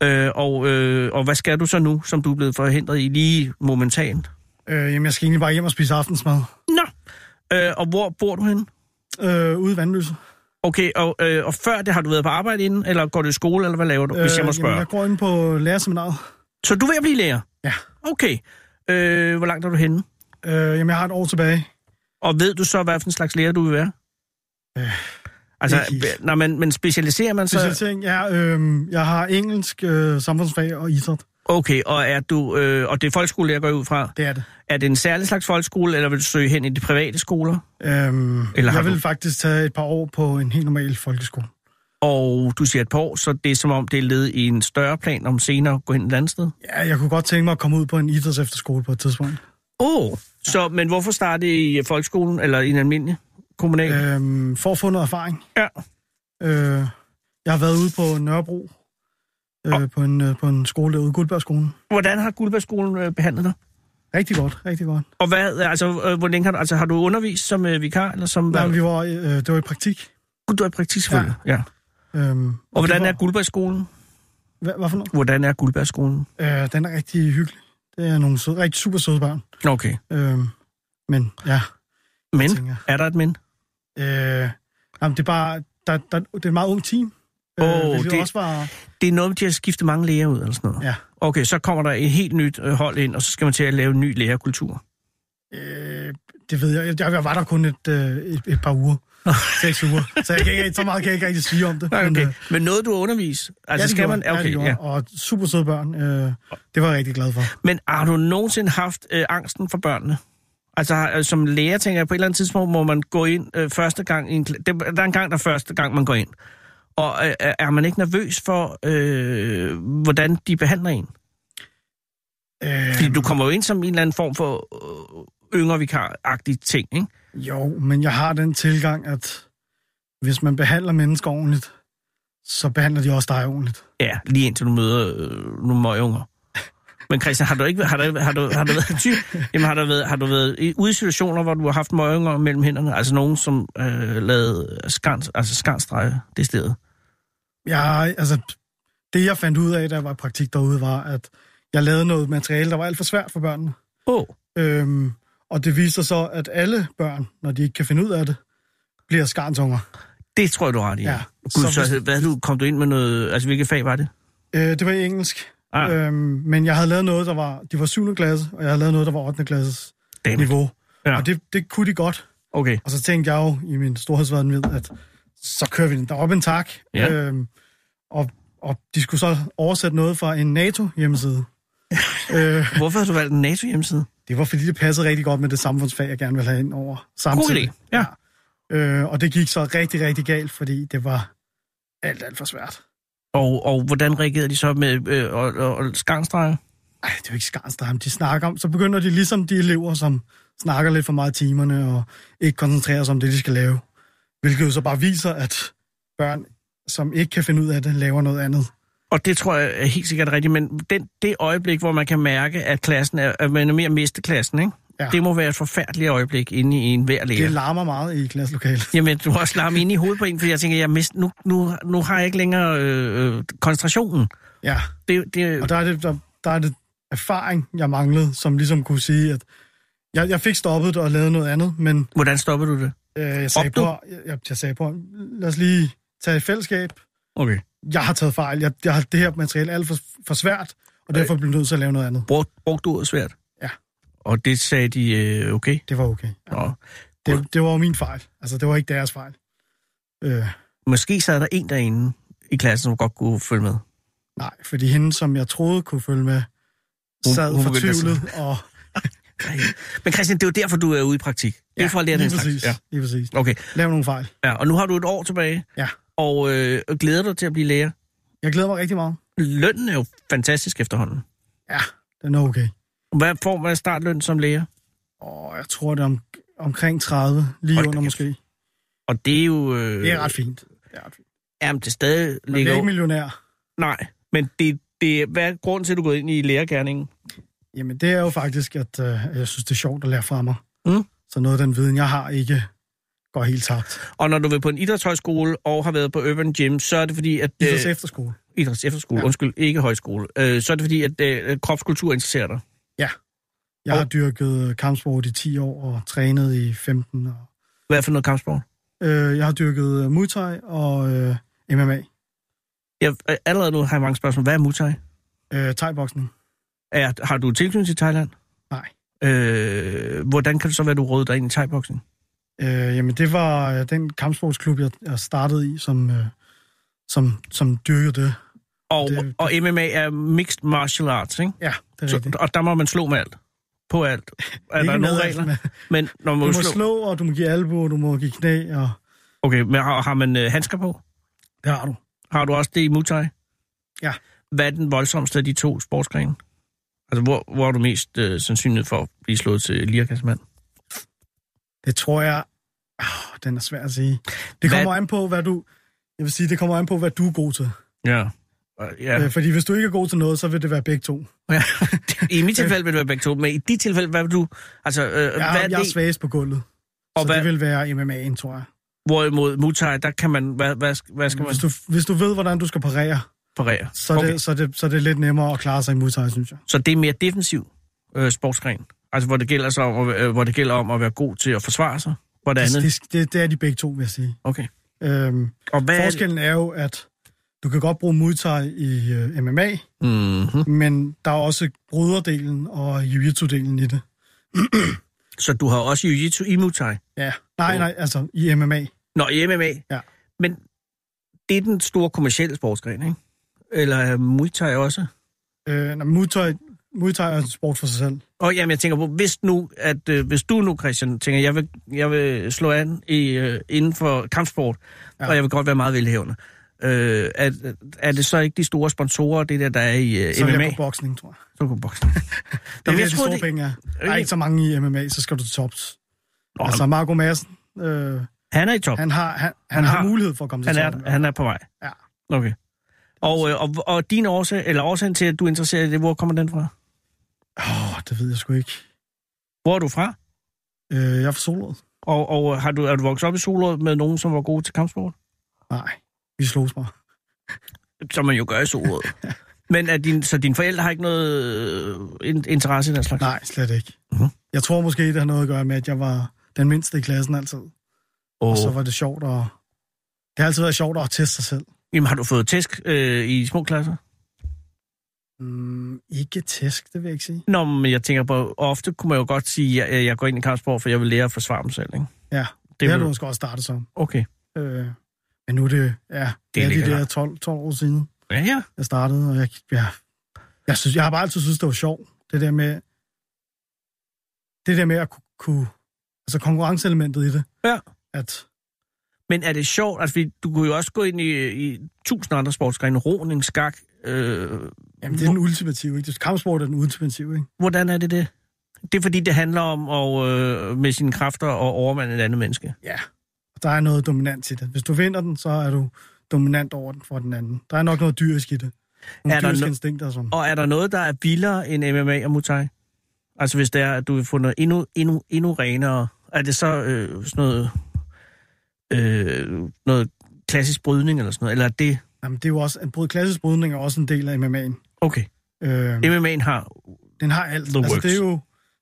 Speaker 9: jeg.
Speaker 4: Øh, og, øh, og hvad skal du så nu, som du er blevet forhindret i lige momentant?
Speaker 9: Øh, jamen, jeg skal egentlig bare hjem og spise aftensmad.
Speaker 4: Nå! Øh, og hvor bor du henne?
Speaker 9: Øh, ude i Vandløse.
Speaker 4: Okay, og, øh, og før det har du været på arbejde inden, eller går du i skole, eller hvad laver du, øh, hvis jeg må spørge?
Speaker 9: Jamen, jeg går ind på lærerseminaret.
Speaker 4: Så du er ved at blive lærer?
Speaker 9: Ja.
Speaker 4: Okay. Øh, hvor langt er du henne?
Speaker 9: Øh, jamen, jeg har et år tilbage.
Speaker 4: Og ved du så, hvad for en slags lærer du vil være? altså,
Speaker 9: Øh, ikke helt.
Speaker 4: når man, men specialiserer man sig?
Speaker 9: Specialisering er, øh, jeg har engelsk, øh, samfundsfag og idræt.
Speaker 4: Okay, og er du øh, og det er folkeskolelærer, går jeg ud fra.
Speaker 9: Det er det.
Speaker 4: Er det en særlig slags folkeskole, eller vil du søge hen i de private skoler?
Speaker 9: Øhm,
Speaker 4: Eller har
Speaker 9: jeg vil
Speaker 4: du-
Speaker 9: faktisk tage et par år på en helt normal folkeskole.
Speaker 4: Og du siger et par år, så det er som om, det er led i en større plan om senere at gå hen et andet sted?
Speaker 9: Ja, jeg kunne godt tænke mig at komme ud på en idræts efterskole på et tidspunkt.
Speaker 4: Åh! Oh. Så, men hvorfor starte i folkeskolen, eller i en almindelig kommunal? Ja.
Speaker 9: Øhm, for at få noget erfaring.
Speaker 4: ja.
Speaker 9: Øh, jeg har været ude på Nørrebro, øh, på, en, øh, på en skole derude, Guldbergskolen.
Speaker 4: Hvordan har Guldbergskolen øh, behandlet dig?
Speaker 9: Rigtig godt, rigtig godt.
Speaker 4: Og hvad, altså, øh, hvor længe har du, altså, har du undervist som øh, vikar, eller som...
Speaker 9: Nej,
Speaker 4: hvad?
Speaker 9: men vi var, øh, det var i praktik.
Speaker 4: Du er i praktik selvfølgelig, ja. ja.
Speaker 9: Øhm,
Speaker 4: Og hvordan
Speaker 9: det
Speaker 4: er
Speaker 9: var,
Speaker 4: Guldbergskolen?
Speaker 9: hvad, hvad for noget?
Speaker 4: Hvordan er Guldbergskolen?
Speaker 9: Øh, den er rigtig hyggelig. Det er nogle søde, rigtig super søde børn.
Speaker 4: Okay.
Speaker 9: Øhm, men ja,
Speaker 4: Men?
Speaker 9: tænker.
Speaker 4: Er der et men?
Speaker 9: øh, jamen, det er bare, der, der, det er et meget ung team.
Speaker 4: Åh,
Speaker 9: hvilket
Speaker 4: det-
Speaker 9: også var,
Speaker 4: Det er noget, med, de har skiftet mange læger ud, eller sådan noget.
Speaker 9: Ja.
Speaker 4: Okay, så kommer der et helt nyt øh, hold ind, og så skal man til at lave en ny lægerkultur.
Speaker 9: øh, det ved jeg, jeg, jeg var der kun et, øh, et, et par
Speaker 4: [LAUGHS]
Speaker 9: uger. Seks uger. Så, jeg kan ikke, så meget kan jeg ikke rigtig sige om det.
Speaker 4: Nej,
Speaker 9: men,
Speaker 4: okay.
Speaker 9: øh,
Speaker 4: Men noget du undervis? Altså,
Speaker 9: det
Speaker 4: skal
Speaker 9: gjorde
Speaker 4: man?
Speaker 9: jeg. Ja, det
Speaker 4: Okay,
Speaker 9: gjorde
Speaker 4: ja.
Speaker 9: jeg. Og super søde børn. Øh, det var jeg rigtig glad for.
Speaker 4: Men har du nogensinde haft øh, angsten for børnene? Altså, har- øh, som lærer tænker jeg, på et eller andet tidspunkt må man gå ind øh, første gang. I en kla- det, der er en gang, der er første gang, man går ind. Og øh, er er man ikke nervøs for, øh, hvordan de behandler en?
Speaker 9: Øh,
Speaker 4: Fordi du kommer jo ind som en eller anden form for øh, yngre vikar-agtig ting, ikke?
Speaker 9: jo, men jeg har den tilgang, at hvis man behandler mennesker ordentligt, så behandler de også dig ordentligt.
Speaker 4: Ja, lige indtil du møder øh, nogle møgunger. Men Christian, har du ikke har du, har du, har du været typ, jamen har du været, har du været i, ude i situationer, hvor du har haft møgninger mellem hænderne? Altså nogen, som øh, lavede skans, altså skanstrege det sted.
Speaker 9: Ja, altså, det jeg fandt ud af, da jeg var i praktik derude, var, at jeg lavede noget materiale, der var alt for svært for børnene.
Speaker 4: Åh, oh,
Speaker 9: Øhm, og det viser så, at alle børn, når de ikke kan finde ud af det, bliver skarntunger.
Speaker 4: det tror jeg, du har ret i.
Speaker 9: Ja.
Speaker 4: Gud,
Speaker 9: Så
Speaker 4: så,
Speaker 9: hvis-
Speaker 4: så hvad, du, kom du ind med noget... Altså, hvilket fag var det?
Speaker 9: Øh, det var i engelsk.
Speaker 4: Ah.
Speaker 9: Øhm, men jeg havde lavet noget, der var... De var 7. klasse, og jeg havde lavet noget, der var 8. klasses
Speaker 4: Damn.
Speaker 9: niveau.
Speaker 4: Ja.
Speaker 9: Og det, det kunne de godt.
Speaker 4: Okay.
Speaker 9: Og så tænkte jeg jo i min storhedsverden ved, at så kører vi den deroppe en tak.
Speaker 4: Ja.
Speaker 9: Øhm, og, og de skulle så oversætte noget fra
Speaker 4: [LAUGHS]
Speaker 9: en NATO-hjemmeside. øh,
Speaker 4: Hvorfor har du valgt en NATO-hjemmeside?
Speaker 9: det var fordi, det passede rigtig godt med det samfundsfag, jeg gerne ville have ind over samtidig.
Speaker 4: idé, ja.
Speaker 9: Øh, og det gik så rigtig, rigtig galt, fordi det var alt, alt for svært.
Speaker 4: Og, og hvordan reagerede de så med øh, og, og, og skangstreger?
Speaker 9: Ej, det er jo ikke Skarsdam, de snakker om. Så begynder de ligesom de elever, som snakker lidt for meget i timerne og ikke koncentrerer sig om det, de skal lave. Hvilket jo så bare viser, at børn, som ikke kan finde ud af det, laver noget andet.
Speaker 4: Og det tror jeg er helt sikkert rigtigt, men den, det øjeblik, hvor man kan mærke, at klassen er, at man er mere miste klassen, ikke?
Speaker 9: Ja.
Speaker 4: det må være et forfærdeligt øjeblik inde i en hver lærer.
Speaker 9: Det larmer meget i klasselokalet.
Speaker 4: Jamen, du har også larmet ind i hovedet på en, fordi jeg tænker, jeg mist, nu, nu, nu har jeg ikke længere øh, øh, koncentrationen.
Speaker 9: Ja,
Speaker 4: Det, det,
Speaker 9: og der er, det, der, der er det erfaring, jeg manglede, som ligesom kunne sige, at jeg, jeg fik stoppet det og lavet noget andet, men
Speaker 4: hvordan stopper du det?
Speaker 9: øh, jeg, sagde
Speaker 4: Råbte du?
Speaker 9: på, jeg, jeg- jeg sagde på, ham, lad os lige tage et fællesskab.
Speaker 4: Okay.
Speaker 9: Jeg har taget fejl. Jeg, jeg har det her materiale alt for, for svært, og derfor bliver jeg nødt til at lave noget andet.
Speaker 4: Brug, brugte du ordet svært?
Speaker 9: Ja.
Speaker 4: Og det sagde de, øh, okay?
Speaker 9: Det var okay.
Speaker 4: Nå.
Speaker 9: Det, det var jo min fejl. Altså, det var ikke deres fejl. Øh,
Speaker 4: Måske sad der en derinde i klassen, som godt kunne følge med.
Speaker 9: nej, fordi hende, som jeg troede kunne følge med,
Speaker 4: Hun-
Speaker 9: sad
Speaker 4: hun begyndte at
Speaker 9: fortvivlet og...
Speaker 4: Ej. Men Christian, det er jo derfor, du er ude i praktik. Det er for at lære
Speaker 9: lige
Speaker 4: den slags.
Speaker 9: præcis,
Speaker 4: Ja.
Speaker 9: lige præcis.
Speaker 4: Okay,
Speaker 9: Lav nogle fejl.
Speaker 4: ja, og nu har du et år tilbage,
Speaker 9: Ja.
Speaker 4: og øh, og glæder dig til at blive lærer.
Speaker 9: Jeg glæder mig rigtig meget.
Speaker 4: Lønnen er jo fantastisk efterhånden.
Speaker 9: Ja, den er okay.
Speaker 4: Hvad får man af startløn som lærer?
Speaker 9: Og jeg tror, det er om, omkring 30, lige
Speaker 4: Hold da
Speaker 9: under
Speaker 4: kæft.
Speaker 9: måske.
Speaker 4: Og det er jo... Øh,
Speaker 9: Det er ret fint. Det er ret fint.
Speaker 4: Jamen, det er stadig
Speaker 9: Man bliver
Speaker 4: ligger...
Speaker 9: ikke millionær.
Speaker 4: Nej, men det, det, hvad er grunden til, at du er gået ind i lærergærningen?
Speaker 9: Jamen, det er jo faktisk, at øh, jeg synes, det er sjovt at lære fra mig.
Speaker 4: Mm.
Speaker 9: Så noget af den viden, jeg har, ikke går helt tabt.
Speaker 4: Og når du vil på en idrætshøjskole og har været på Urban Gym, så er det fordi, at... øh,
Speaker 9: Det er efterskole.
Speaker 4: idræts efterskole, ja.
Speaker 9: Ja.
Speaker 4: undskyld, ikke højskole. Øh, så er det fordi, at øh, kropskultur interesserer dig.
Speaker 9: Jeg har dyrket øh, kampsport i 10 år og trænet i 15 år.
Speaker 4: Hvad er for noget kampsport?
Speaker 9: Øh, jeg har dyrket øh, Muay Thai og øh, MMA.
Speaker 4: Jeg, øh, allerede nu har jeg mange spørgsmål. Hvad er Muay Thai?
Speaker 9: Øh, Thai-boksning.
Speaker 4: Er, har du tilknytning til Thailand?
Speaker 9: Nej.
Speaker 4: Øh, hvordan kan det så være, at du rådede dig ind i thai -boxing?
Speaker 9: Øh, jamen, det var øh, den kampsportsklub, jeg, jeg startede i, som, øh, som, som dyrkede det.
Speaker 4: Og,
Speaker 9: Det- det-
Speaker 4: og MMA er mixed martial arts, ikke?
Speaker 9: Ja, det er
Speaker 4: Så,
Speaker 9: rigtigt.
Speaker 4: og der må man slå med alt. På
Speaker 9: [LAUGHS]
Speaker 4: alt. Er der
Speaker 9: Ikke
Speaker 4: nogle
Speaker 9: med,
Speaker 4: regler?
Speaker 9: men-
Speaker 4: Men når
Speaker 9: Du
Speaker 4: man
Speaker 9: må
Speaker 4: slå...
Speaker 9: slå, og du må give albu, og du må give knæ, og
Speaker 4: Okay, men har, har man øh, handsker på?
Speaker 9: det har du.
Speaker 4: Har du også det i Muay Thai?
Speaker 9: Ja.
Speaker 4: Hvad er den voldsomste af de to sportsgrene? Altså, hvor, hvor er du mest øh, sandsynlig for at blive slået til lirakassemand?
Speaker 9: Det tror jeg... Oh, den er svær at sige.
Speaker 4: Hvad-
Speaker 9: Det kommer an på, hvad du... Jeg vil sige, det kommer an på, hvad du er god til.
Speaker 4: Ja. Og-
Speaker 9: Ja.
Speaker 4: ja.
Speaker 9: Øh, fordi hvis du ikke er god til noget, så vil det være begge to.
Speaker 4: ja. [LAUGHS] I mit tilfælde vil det være begge to, men i dit tilfælde, hvad vil du... Altså, øh,
Speaker 9: Jeg,
Speaker 4: hvad er
Speaker 9: er, jeg er
Speaker 4: det?
Speaker 9: svagest på gulvet.
Speaker 4: Og
Speaker 9: så
Speaker 4: hvad-
Speaker 9: det vil være MMA'en, tror jeg.
Speaker 4: Hvorimod Muay Thai, der kan man... Hvad, hvad, sk- hvad skal man
Speaker 9: Hvis du, hvis du ved, hvordan du skal parere,
Speaker 4: parere?
Speaker 9: så er, okay. det, så, er det, så er det lidt nemmere at klare sig i Muay Thai, synes jeg.
Speaker 4: Så det er mere defensiv øh, sportsgren? Altså, hvor det, gælder så om, at- øh, hvor det gælder om at være god til at forsvare sig? Hvor det
Speaker 9: Det,
Speaker 4: andet...
Speaker 9: det, det, det er de begge to, vil jeg sige.
Speaker 4: Okay.
Speaker 9: Øhm,
Speaker 4: Og hvad
Speaker 9: forskellen er jo, at du kan godt bruge Muay Thai i øh, MMA,
Speaker 4: Mm-hmm.
Speaker 9: men der er også bryderdelen og jiu-jitsu-delen i det.
Speaker 4: Så du har også jiu-jitsu i Muay Thai?
Speaker 9: Ja. Nej, nej, altså i MMA.
Speaker 4: Nå, i MMA?
Speaker 9: Ja.
Speaker 4: Men det er den store kommercielle sportsgren, ikke? Eller er Muay Thai også?
Speaker 9: Øh, når Muay Thai, Muay Thai er en sport for sig selv.
Speaker 4: Og jamen, jeg tænker på, hvis, nu, at, øh, hvis du nu, Christian, tænker, jeg vil, jeg vil slå an i, øh, inden for kampsport, ja.
Speaker 9: Ja.
Speaker 4: og jeg vil godt være meget velhævende, øh, er, er det så ikke de store sponsorer, det der, der er i øh,
Speaker 9: Så vil
Speaker 4: MMA?
Speaker 9: jeg på boksning, tror jeg.
Speaker 4: Så går boksning.
Speaker 9: [LAUGHS] Det er
Speaker 4: Nå, men
Speaker 9: der,
Speaker 4: jeg
Speaker 9: de
Speaker 4: troede,
Speaker 9: store
Speaker 4: det-
Speaker 9: penge er. Der er
Speaker 4: Øh.
Speaker 9: ikke så mange i MMA, så skal du til tops.
Speaker 4: Nå,
Speaker 9: Altså Marco Madsen, øh,
Speaker 4: han er i top. Han,
Speaker 9: han, har, han, han har
Speaker 4: har-
Speaker 9: mulighed for at komme til
Speaker 4: han,
Speaker 9: toppen.
Speaker 4: er, han er på vej.
Speaker 9: Ja.
Speaker 4: Okay. Og, øh, og, og din årsag, eller årsagen til, at du er interesseret i det, hvor kommer den fra?
Speaker 9: Åh, oh, det ved jeg sgu ikke.
Speaker 4: Hvor er du fra?
Speaker 9: Øh, jeg er fra Solrød.
Speaker 4: Og, og har du, er du vokset op i Solrød med nogen, som var gode til kampsport?
Speaker 9: Nej, vi slogs bare.
Speaker 4: Som man jo gør i
Speaker 9: [LAUGHS]
Speaker 4: Solrød. Men er din, så dine forældre har ikke noget øh, in- interesse i den slags?
Speaker 9: Nej, slet ikke.
Speaker 4: Mhm.
Speaker 9: Jeg tror måske, det har noget at gøre med, at jeg var den mindste i klassen altid.
Speaker 4: Og,
Speaker 9: Og så var det sjovt at... Det har altid været sjovt at teste sig selv.
Speaker 4: Jamen, har du fået tæsk øh, i små klasser?
Speaker 9: Mm, ikke tæsk, det vil jeg ikke sige.
Speaker 4: Nå, men jeg tænker på, ofte kunne man jo godt sige, at jeg, jeg går ind i kampsport, for jeg vil lære at forsvare mig selv, ikke?
Speaker 9: Ja,
Speaker 4: det,
Speaker 9: Det, det har
Speaker 4: vil-
Speaker 9: du måske også startet som.
Speaker 4: Okay.
Speaker 9: Øh, men nu er det... Ja, det er
Speaker 4: ligger
Speaker 9: de der
Speaker 4: langt.
Speaker 9: 12, 12 år siden,
Speaker 4: Ja, ja.
Speaker 9: jeg startede, og jeg, ja, jeg, synes, jeg har bare altid synes, det var sjovt. Det der med... Det der med at ku- kunne... Altså konkurrenceelementet i det.
Speaker 4: Ja.
Speaker 9: At,
Speaker 4: Men er det sjovt, at altså, du kunne jo også gå ind i, i tusind andre sportsgrene, roning, skak. Øh,
Speaker 9: jamen, det er den ultimative, ikke? Det- Kampsport er den ultimative, ikke?
Speaker 4: hvordan er det det? Det er fordi, det handler om at, øh, med sine kræfter at overmande et andet menneske.
Speaker 9: Ja. Og der er noget dominant i det. Hvis du vinder den, så er du dominant over den for den anden. Der er nok noget dyrisk i det. Nogle
Speaker 4: Er
Speaker 9: er
Speaker 4: der
Speaker 9: dyriske
Speaker 4: no-
Speaker 9: instinkter, som...
Speaker 4: Og er der noget, der er vildere end MMA og Muay Thai? Altså hvis det er, at du vil få noget endnu, endnu, endnu renere, er det så øh, sådan noget, øh, noget klassisk brydning eller sådan noget? Eller er det...
Speaker 9: Jamen, det er jo også... En bryd, klassisk brydning er også en del af MMA'en.
Speaker 4: Okay,
Speaker 9: Øh,
Speaker 4: MMA'en har...
Speaker 9: den har alt.
Speaker 4: The
Speaker 9: altså,
Speaker 4: works.
Speaker 9: det er jo...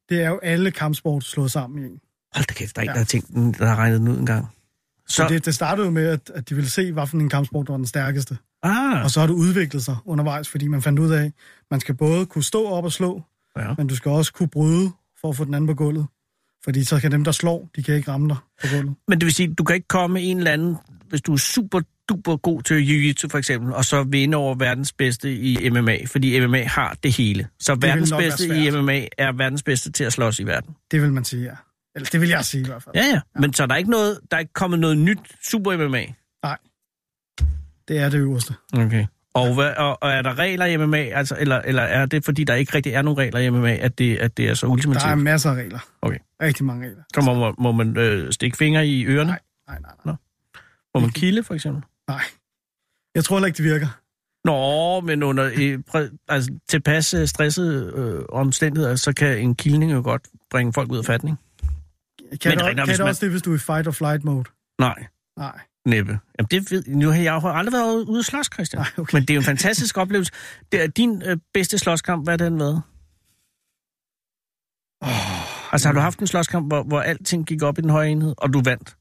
Speaker 9: Det er jo alle kampsport slået sammen i en.
Speaker 4: Hold da kæft, der er ikke,
Speaker 9: Ja.
Speaker 4: der har tænkt den, der har regnet den ud engang. Så...
Speaker 9: Så det, det startede jo med, at, at de ville se, hvad for en kampsport der var den stærkeste.
Speaker 4: ah,
Speaker 9: Og så har det udviklet sig undervejs, fordi man fandt ud af, at man skal både kunne stå op og slå,
Speaker 4: Ja.
Speaker 9: men du skal også kunne bryde for at få den anden på gulvet. Fordi så kan dem, der slår, de kan ikke ramme dig på gulvet.
Speaker 4: Men det vil sige, du kan ikke komme en eller anden, hvis du er super duper god til jiu-jitsu for eksempel, og så vinde over verdens bedste i MMA, fordi MMA har det hele. Så det
Speaker 9: vil
Speaker 4: verdens
Speaker 9: nok være
Speaker 4: bedste i
Speaker 9: svært.
Speaker 4: MMA er verdens bedste til at slås i verden.
Speaker 9: Det vil man sige, ja. Eller det vil jeg sige i hvert fald.
Speaker 4: Ja, ja. Men så er der ikke noget, der er ikke kommet noget nyt super MMA.
Speaker 9: Det er det øverste.
Speaker 4: Okay. Og, hvad, og, og, er der regler i MMA, altså, eller, eller er det, fordi der ikke rigtig er nogen regler i MMA, at det, at det er så
Speaker 9: Der er
Speaker 4: ultimativt?
Speaker 9: masser af regler.
Speaker 4: Okay.
Speaker 9: Rigtig mange regler.
Speaker 4: Så må, må man øh, stikke fingre i ørerne?
Speaker 9: Nej, nej, nej.
Speaker 4: Nå. Må man kilde, for eksempel?
Speaker 9: nej. Jeg tror heller ikke, det virker.
Speaker 4: Nå, men under i, præ- altså, tilpas øh, stressede øh, omstændigheder, så kan en kildning jo godt bringe folk ud af fatning.
Speaker 9: Kan,
Speaker 4: Men
Speaker 9: det,
Speaker 4: regner,
Speaker 9: kan
Speaker 4: hvis
Speaker 9: det
Speaker 4: man-
Speaker 9: også det, hvis du er i fight or flight mode?
Speaker 4: Nej,
Speaker 9: Nej.
Speaker 4: næppe. Jamen, det ved, nu har jeg jo aldrig været ude at slås, Christian.
Speaker 9: Nej, okay.
Speaker 4: Men det er jo en
Speaker 9: [LAUGHS]
Speaker 4: fantastisk oplevelse. Det er din øh, bedste slåskamp, hvad har den været? Oh, altså, har du haft en slåskamp, hvor, hvor alting gik op i den høje enhed, og du vandt?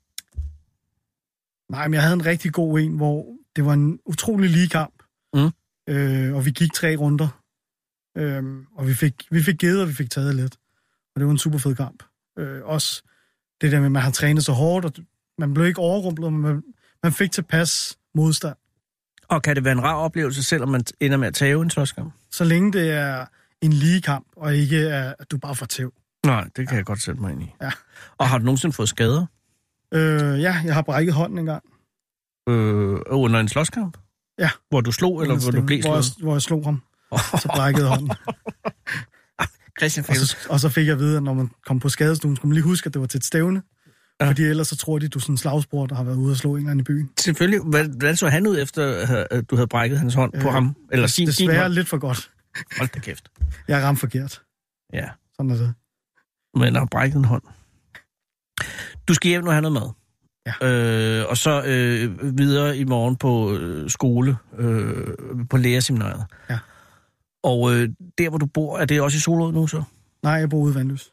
Speaker 9: Nej, men jeg havde en rigtig god en, hvor det var en utrolig lige kamp.
Speaker 4: Mm.
Speaker 9: Øh, og vi gik tre runder. Øhm, og vi fik, vi fik givet, og vi fik taget lidt. Og det var en super fed kamp. Øh, også det der med, at man har trænet så hårdt, og man blev ikke overrumplet, men man, man fik tilpas modstand.
Speaker 4: Og kan det være en rar oplevelse, selvom man ender med at tage en slåskamp?
Speaker 9: Så længe det er en lige kamp, og ikke er, at du bare får tæv.
Speaker 4: Nej, det kan ja. jeg godt sætte mig ind i.
Speaker 9: Ja.
Speaker 4: Og har du nogensinde fået skader
Speaker 9: Øh, ja, jeg har brækket hånden en gang.
Speaker 4: øh, under en slåskamp?
Speaker 9: Ja.
Speaker 4: Hvor du slog, eller hvor du blev
Speaker 9: hvor,
Speaker 4: slået?
Speaker 9: jeg, hvor jeg slog ham. Så brækkede hånden.
Speaker 4: Christian
Speaker 9: Og så, og så fik jeg at vide, at når man kom på skadestuen, skulle man lige huske, at det var til et stævne.
Speaker 4: Ja.
Speaker 9: Ja. Fordi ellers så tror de, du er sådan en slagsbror, der har været ude og slå en eller anden i byen.
Speaker 4: Selvfølgelig. Hvordan hvordan så han ud, efter øh, at du havde brækket hans hånd på
Speaker 9: Øh,
Speaker 4: ham? Eller sin, din
Speaker 9: Desværre
Speaker 4: hånd?
Speaker 9: lidt for godt.
Speaker 4: Hold da kæft.
Speaker 9: Jeg ramte forkert.
Speaker 4: Ja,
Speaker 9: Sådan er det.
Speaker 4: men har brækket en hånd. Du skal hjem nu og have noget mad.
Speaker 9: Ja.
Speaker 4: Øh, og så øh, videre i morgen på øh, skole, øh, på lærerseminariet.
Speaker 9: Ja.
Speaker 4: Og øh, der, hvor du bor, er det også i Solrød nu så?
Speaker 9: Nej, jeg bor ude i Vandløs.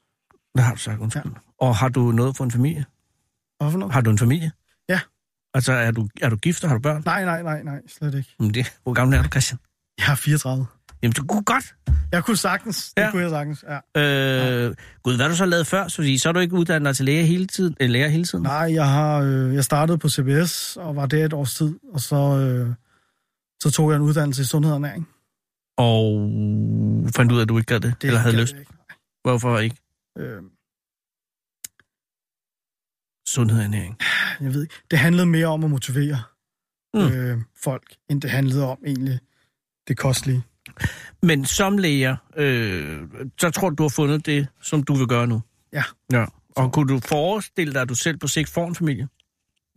Speaker 4: Det har du sagt, undskyld. Ja. Og har du noget for en familie?
Speaker 9: Hvad for noget?
Speaker 4: Har du en familie?
Speaker 9: Ja.
Speaker 4: Altså, er du, er du gift, og har du børn?
Speaker 9: Nej, nej, nej, nej, slet ikke.
Speaker 4: Men det, hvor gammel er du, Christian?
Speaker 9: Jeg er 34.
Speaker 4: Jamen, du kunne godt
Speaker 9: Jeg kunne sagtens. Det
Speaker 4: Ja.
Speaker 9: ja. kunne jeg sagtens, ja.
Speaker 4: Øh, Gud, hvad har du så lavet før? Så, så er du ikke uddannet dig til læger hele tiden? Øh, lærer hele tiden?
Speaker 9: Nej, jeg har øh, jeg startede på CBS og var der et års tid, og så, øh, så tog jeg en uddannelse i sundhed og ernæring.
Speaker 4: Og fandt ud af, at du ikke gad det? det eller havde
Speaker 9: gad
Speaker 4: lyst?
Speaker 9: jeg Ikke.
Speaker 4: Hvorfor ikke?
Speaker 9: Øh,
Speaker 4: Sundhed og ernæring.
Speaker 9: jeg ved ikke. Det handlede mere om at motivere
Speaker 4: Mm.
Speaker 9: mm. øh, folk, end det handlede om egentlig det kostlige.
Speaker 4: Men som læger, øh, så tror du, du har fundet det, som du vil gøre nu?
Speaker 9: Ja.
Speaker 4: ja. Og kunne du forestille dig, at du selv på sigt får en familie?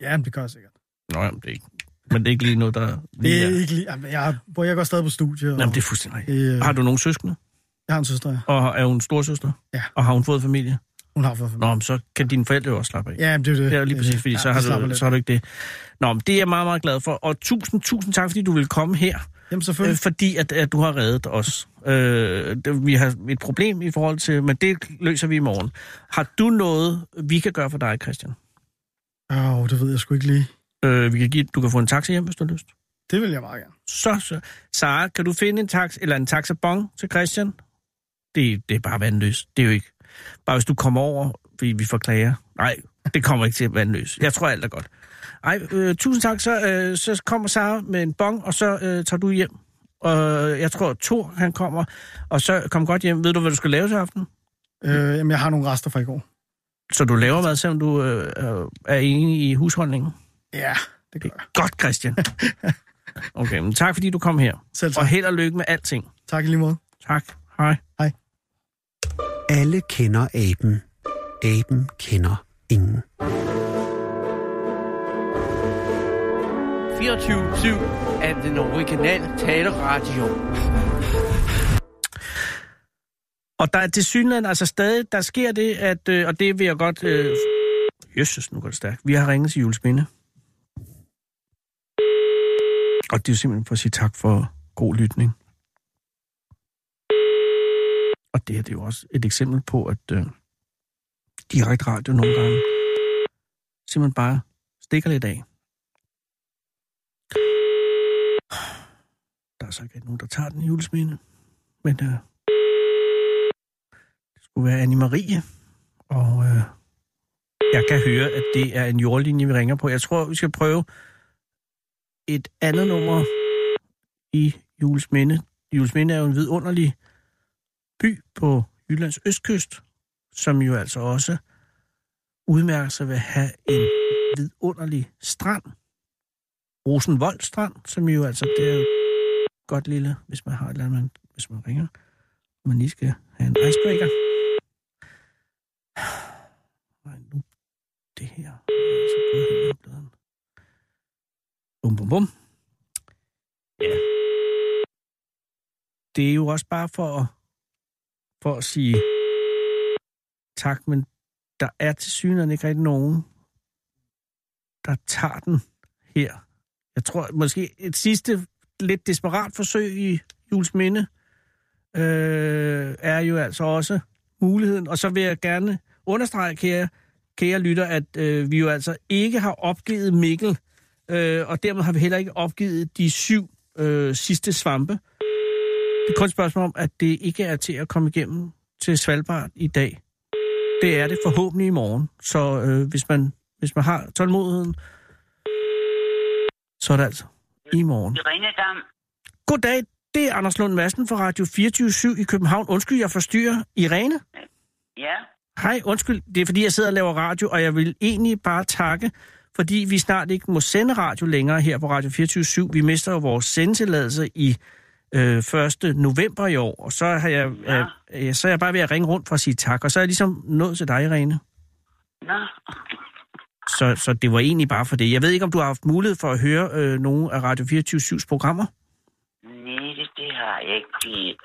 Speaker 9: Ja, men det gør jeg sikkert.
Speaker 4: Nå, jamen, det er ikke. Men det er ikke lige noget, der
Speaker 9: Det
Speaker 4: lige
Speaker 9: er
Speaker 4: er.
Speaker 9: ikke lige... Jamen, jeg, bor, jeg går stadig på studie. Og,
Speaker 4: Jamen, det er fuldstændig rigtigt.
Speaker 9: det, øh,
Speaker 4: Har du nogen søskende?
Speaker 9: Jeg har en søster, ja.
Speaker 4: Og er hun storsøster?
Speaker 9: Ja.
Speaker 4: Og har hun fået familie?
Speaker 9: Hun har fået familie.
Speaker 4: Nå, men så kan dine forældre jo også slappe af.
Speaker 9: [LAUGHS] Ja, men det er jo det.
Speaker 4: Det er jo lige præcis, fordi ja, så,
Speaker 9: det
Speaker 4: har
Speaker 9: slapper
Speaker 4: du,
Speaker 9: lidt.
Speaker 4: så har du ikke det. Nå, men det er jeg meget, meget glad for. Og tusind, tusind tak, fordi du vil komme her.
Speaker 9: Jamen
Speaker 4: Øh,
Speaker 9: selvfølgelig.
Speaker 4: fordi at, at du har reddet os. Øh, det, vi har et problem i forhold til, men det løser vi i morgen. Har du noget, vi kan gøre for dig, Christian?
Speaker 9: Åh, oh, det ved jeg sgu ikke lige.
Speaker 4: Øh, vi kan give, du kan få en taxa hjem, hvis du har lyst.
Speaker 9: Det vil jeg meget gerne.
Speaker 4: Så, så. Sara, kan du finde en taxa, eller en taxabon til Christian? Det, det er bare vandløst. Det er jo ikke. Bare hvis du kommer over, vi, vi får klager. Nej, det kommer ikke til at være vandløst. Jeg tror alt er godt. Ej, øh, tusind tak. Så, øh, så kommer Sara med en bong, og så øh, tager du hjem. Og øh, jeg tror, Thor, han kommer. Og så kom godt hjem. Ved du, hvad du skal lave til aften?
Speaker 9: Øh, jamen, jeg har nogle rester fra i går.
Speaker 4: Så du laver mad, selvom du øh, øh, er enig i husholdningen.
Speaker 9: Ja, det gør jeg.
Speaker 4: Godt,
Speaker 9: [LAUGHS]
Speaker 4: Christian. Okay, men tak fordi du kom her.
Speaker 9: Selv tak.
Speaker 4: Og held og lykke med alting.
Speaker 9: Tak i lige måde.
Speaker 4: Tak. Hej.
Speaker 1: Alle kender aben. Aben kender ingen.
Speaker 10: 24-7 af den originale taleradio.
Speaker 4: Og der er til synligheden altså stadig, der sker det, at, øh, og det vil jeg godt... Øh, Jesus, nu går det stærkt. Vi har ringet til Jules Minde. Og det er jo simpelthen for at sige tak for god lytning. Og det her det er jo også et eksempel på, at øh, direkte radio nogle gange simpelthen bare stikker lidt af. Der er så ikke rigtig nogen, der tager den i Jules Minde. Men øh, skulle være Anne Marie. Og øh, jeg kan høre, at det er en jordlinje, vi ringer på. Jeg tror, vi skal prøve et andet nummer i Jules Minde. Jules Minde er jo en vidunderlig by på Jyllands østkyst, som jo altså også udmærker sig ved at have en vidunderlig strand. Rosenvold Strand, som jo altså, det er jo et godt lille, hvis man har et eller andet, man- hvis man ringer, man lige skal have en icebreaker. Nej, nu det her. Jeg er altså gået hen ad opladeren. Bum, bum, bum. Ja. Det er jo også bare for at, for at sige tak, men der er til synligheden ikke rigtig nogen, der tager den her. Jeg tror måske et sidste lidt desperat forsøg i Jules Minde øh, er jo altså også muligheden. Og så vil jeg gerne understrege, kære, kære lytter, at øh, vi jo altså ikke har opgivet Mikkel, øh, og dermed har vi heller ikke opgivet de syv øh, sidste svampe. Det er kun et spørgsmål om, at det ikke er til at komme igennem til Svalbard i dag. Det er det forhåbentlig i morgen. Så øh, hvis, man, hvis man har tålmodigheden, så er det altså i morgen.
Speaker 3: Irene Dam.
Speaker 4: Goddag, det er Anders Lund Madsen fra Radio 24 i København. Undskyld, jeg forstyrrer Irene.
Speaker 3: Ja.
Speaker 4: Hej, undskyld. Det er fordi, jeg sidder og laver radio, og jeg vil egentlig bare takke, fordi vi snart ikke må sende radio længere her på Radio 24 Vi mister jo vores sendetilladelse i øh, 1. november i år, og så, har jeg, øh, øh, så er jeg bare ved at ringe rundt for at sige tak, og så er jeg ligesom nået til dig, Irene.
Speaker 3: Nå.
Speaker 4: Så, så det var egentlig bare for det. Jeg ved ikke, om du har haft mulighed for at høre øh, nogle af Radio 24 programmer?
Speaker 3: Nej, det, det har jeg ikke. Vi,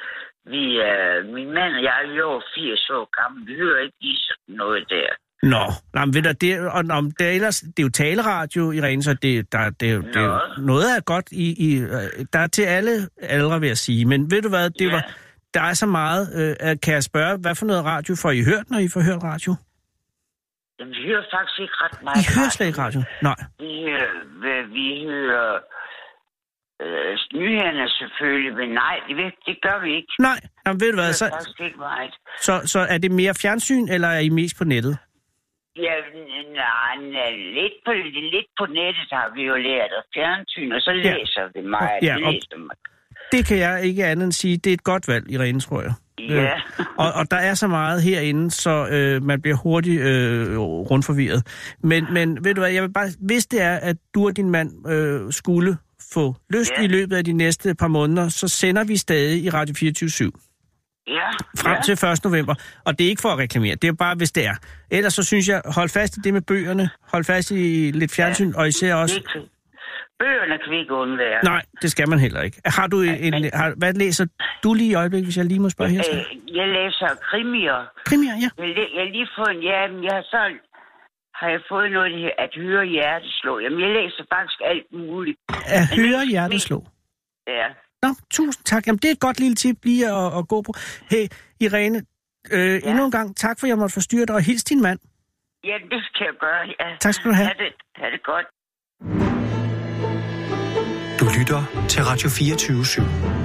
Speaker 3: vi, øh, min mand og jeg er jo over 80 år gamle. Vi hører ikke i sådan noget der.
Speaker 4: Nå, nej, men ved du, det, og, om det, er ellers, det er jo taleradio, Irene, så det, der, det, er jo- det, er jo- noget er godt i, i... øh, Der er til alle aldre, vil jeg sige. Men ved du hvad, det var, der er så meget... Øh, at- kan jeg spørge, hvad for noget radio får I hørt, når I får hørt radio?
Speaker 3: Jamen, vi hører faktisk ikke ret meget.
Speaker 4: I
Speaker 8: Altså-
Speaker 4: hører slet ikke radio? Nej.
Speaker 3: Vi hører, vi- vi hører øh, nyhederne selvfølgelig, men nej, det, ved- det gør vi ikke.
Speaker 4: Nej, jamen, ved du
Speaker 3: Vi
Speaker 4: hvad,
Speaker 3: hører
Speaker 4: så,
Speaker 8: altså-
Speaker 3: faktisk ikke meget.
Speaker 4: så, så er det mere fjernsyn, eller er I mest på nettet?
Speaker 3: Ja, n- nej, nej, lidt på, lidt på nettet har vi jo lært at fjernsyn, og så læser vi meget.
Speaker 4: Ja,
Speaker 3: vi
Speaker 4: og-
Speaker 3: læser meget.
Speaker 4: Det kan jeg ikke andet end sige. Det er et godt valg, Irene, tror jeg. Øh,
Speaker 3: Ja.
Speaker 4: Og, og der er så meget herinde, så øh, man bliver hurtigt øh, rundt forvirret. Men, men ved du hvad, jeg vil bare, hvis det er, at du og din mand øh, skulle få lyst
Speaker 3: Ja.
Speaker 4: i løbet af de næste par måneder, så sender vi stadig i Radio 24
Speaker 3: ja.
Speaker 4: frem
Speaker 3: ja.
Speaker 4: til 1. november. Og det er ikke for at reklamere, det er bare, hvis det er. Ellers så synes jeg, hold fast i det med bøgerne, hold fast i lidt fjernsyn, og især også...
Speaker 3: Det,
Speaker 8: Bøgerne kan vi ikke undvære.
Speaker 4: Nej, det skal man heller ikke. Har du en, en har, hvad læser du lige i øjeblikket, hvis jeg lige må spørge her?
Speaker 8: Øh, jeg læser krimier.
Speaker 4: Krimier, ja.
Speaker 8: Jeg, læ- jeg har lige fået en hjerte. Jeg har så har jeg fået noget her, at høre hjerteslå. Jamen, jeg læser faktisk alt muligt.
Speaker 4: At høre hjerteslå.
Speaker 8: Ja.
Speaker 4: Nå, tusind tak. Jamen, det er et godt lille tip lige at, at gå på. Hey, Irene, øh, ja. endnu en gang tak, for jeg måtte forstyrre dig, og hils din mand.
Speaker 8: Ja, det skal jeg gøre, ja.
Speaker 4: Tak skal du have.
Speaker 8: Ha' det, ha det godt.
Speaker 1: Du lytter til Radio 24 /7.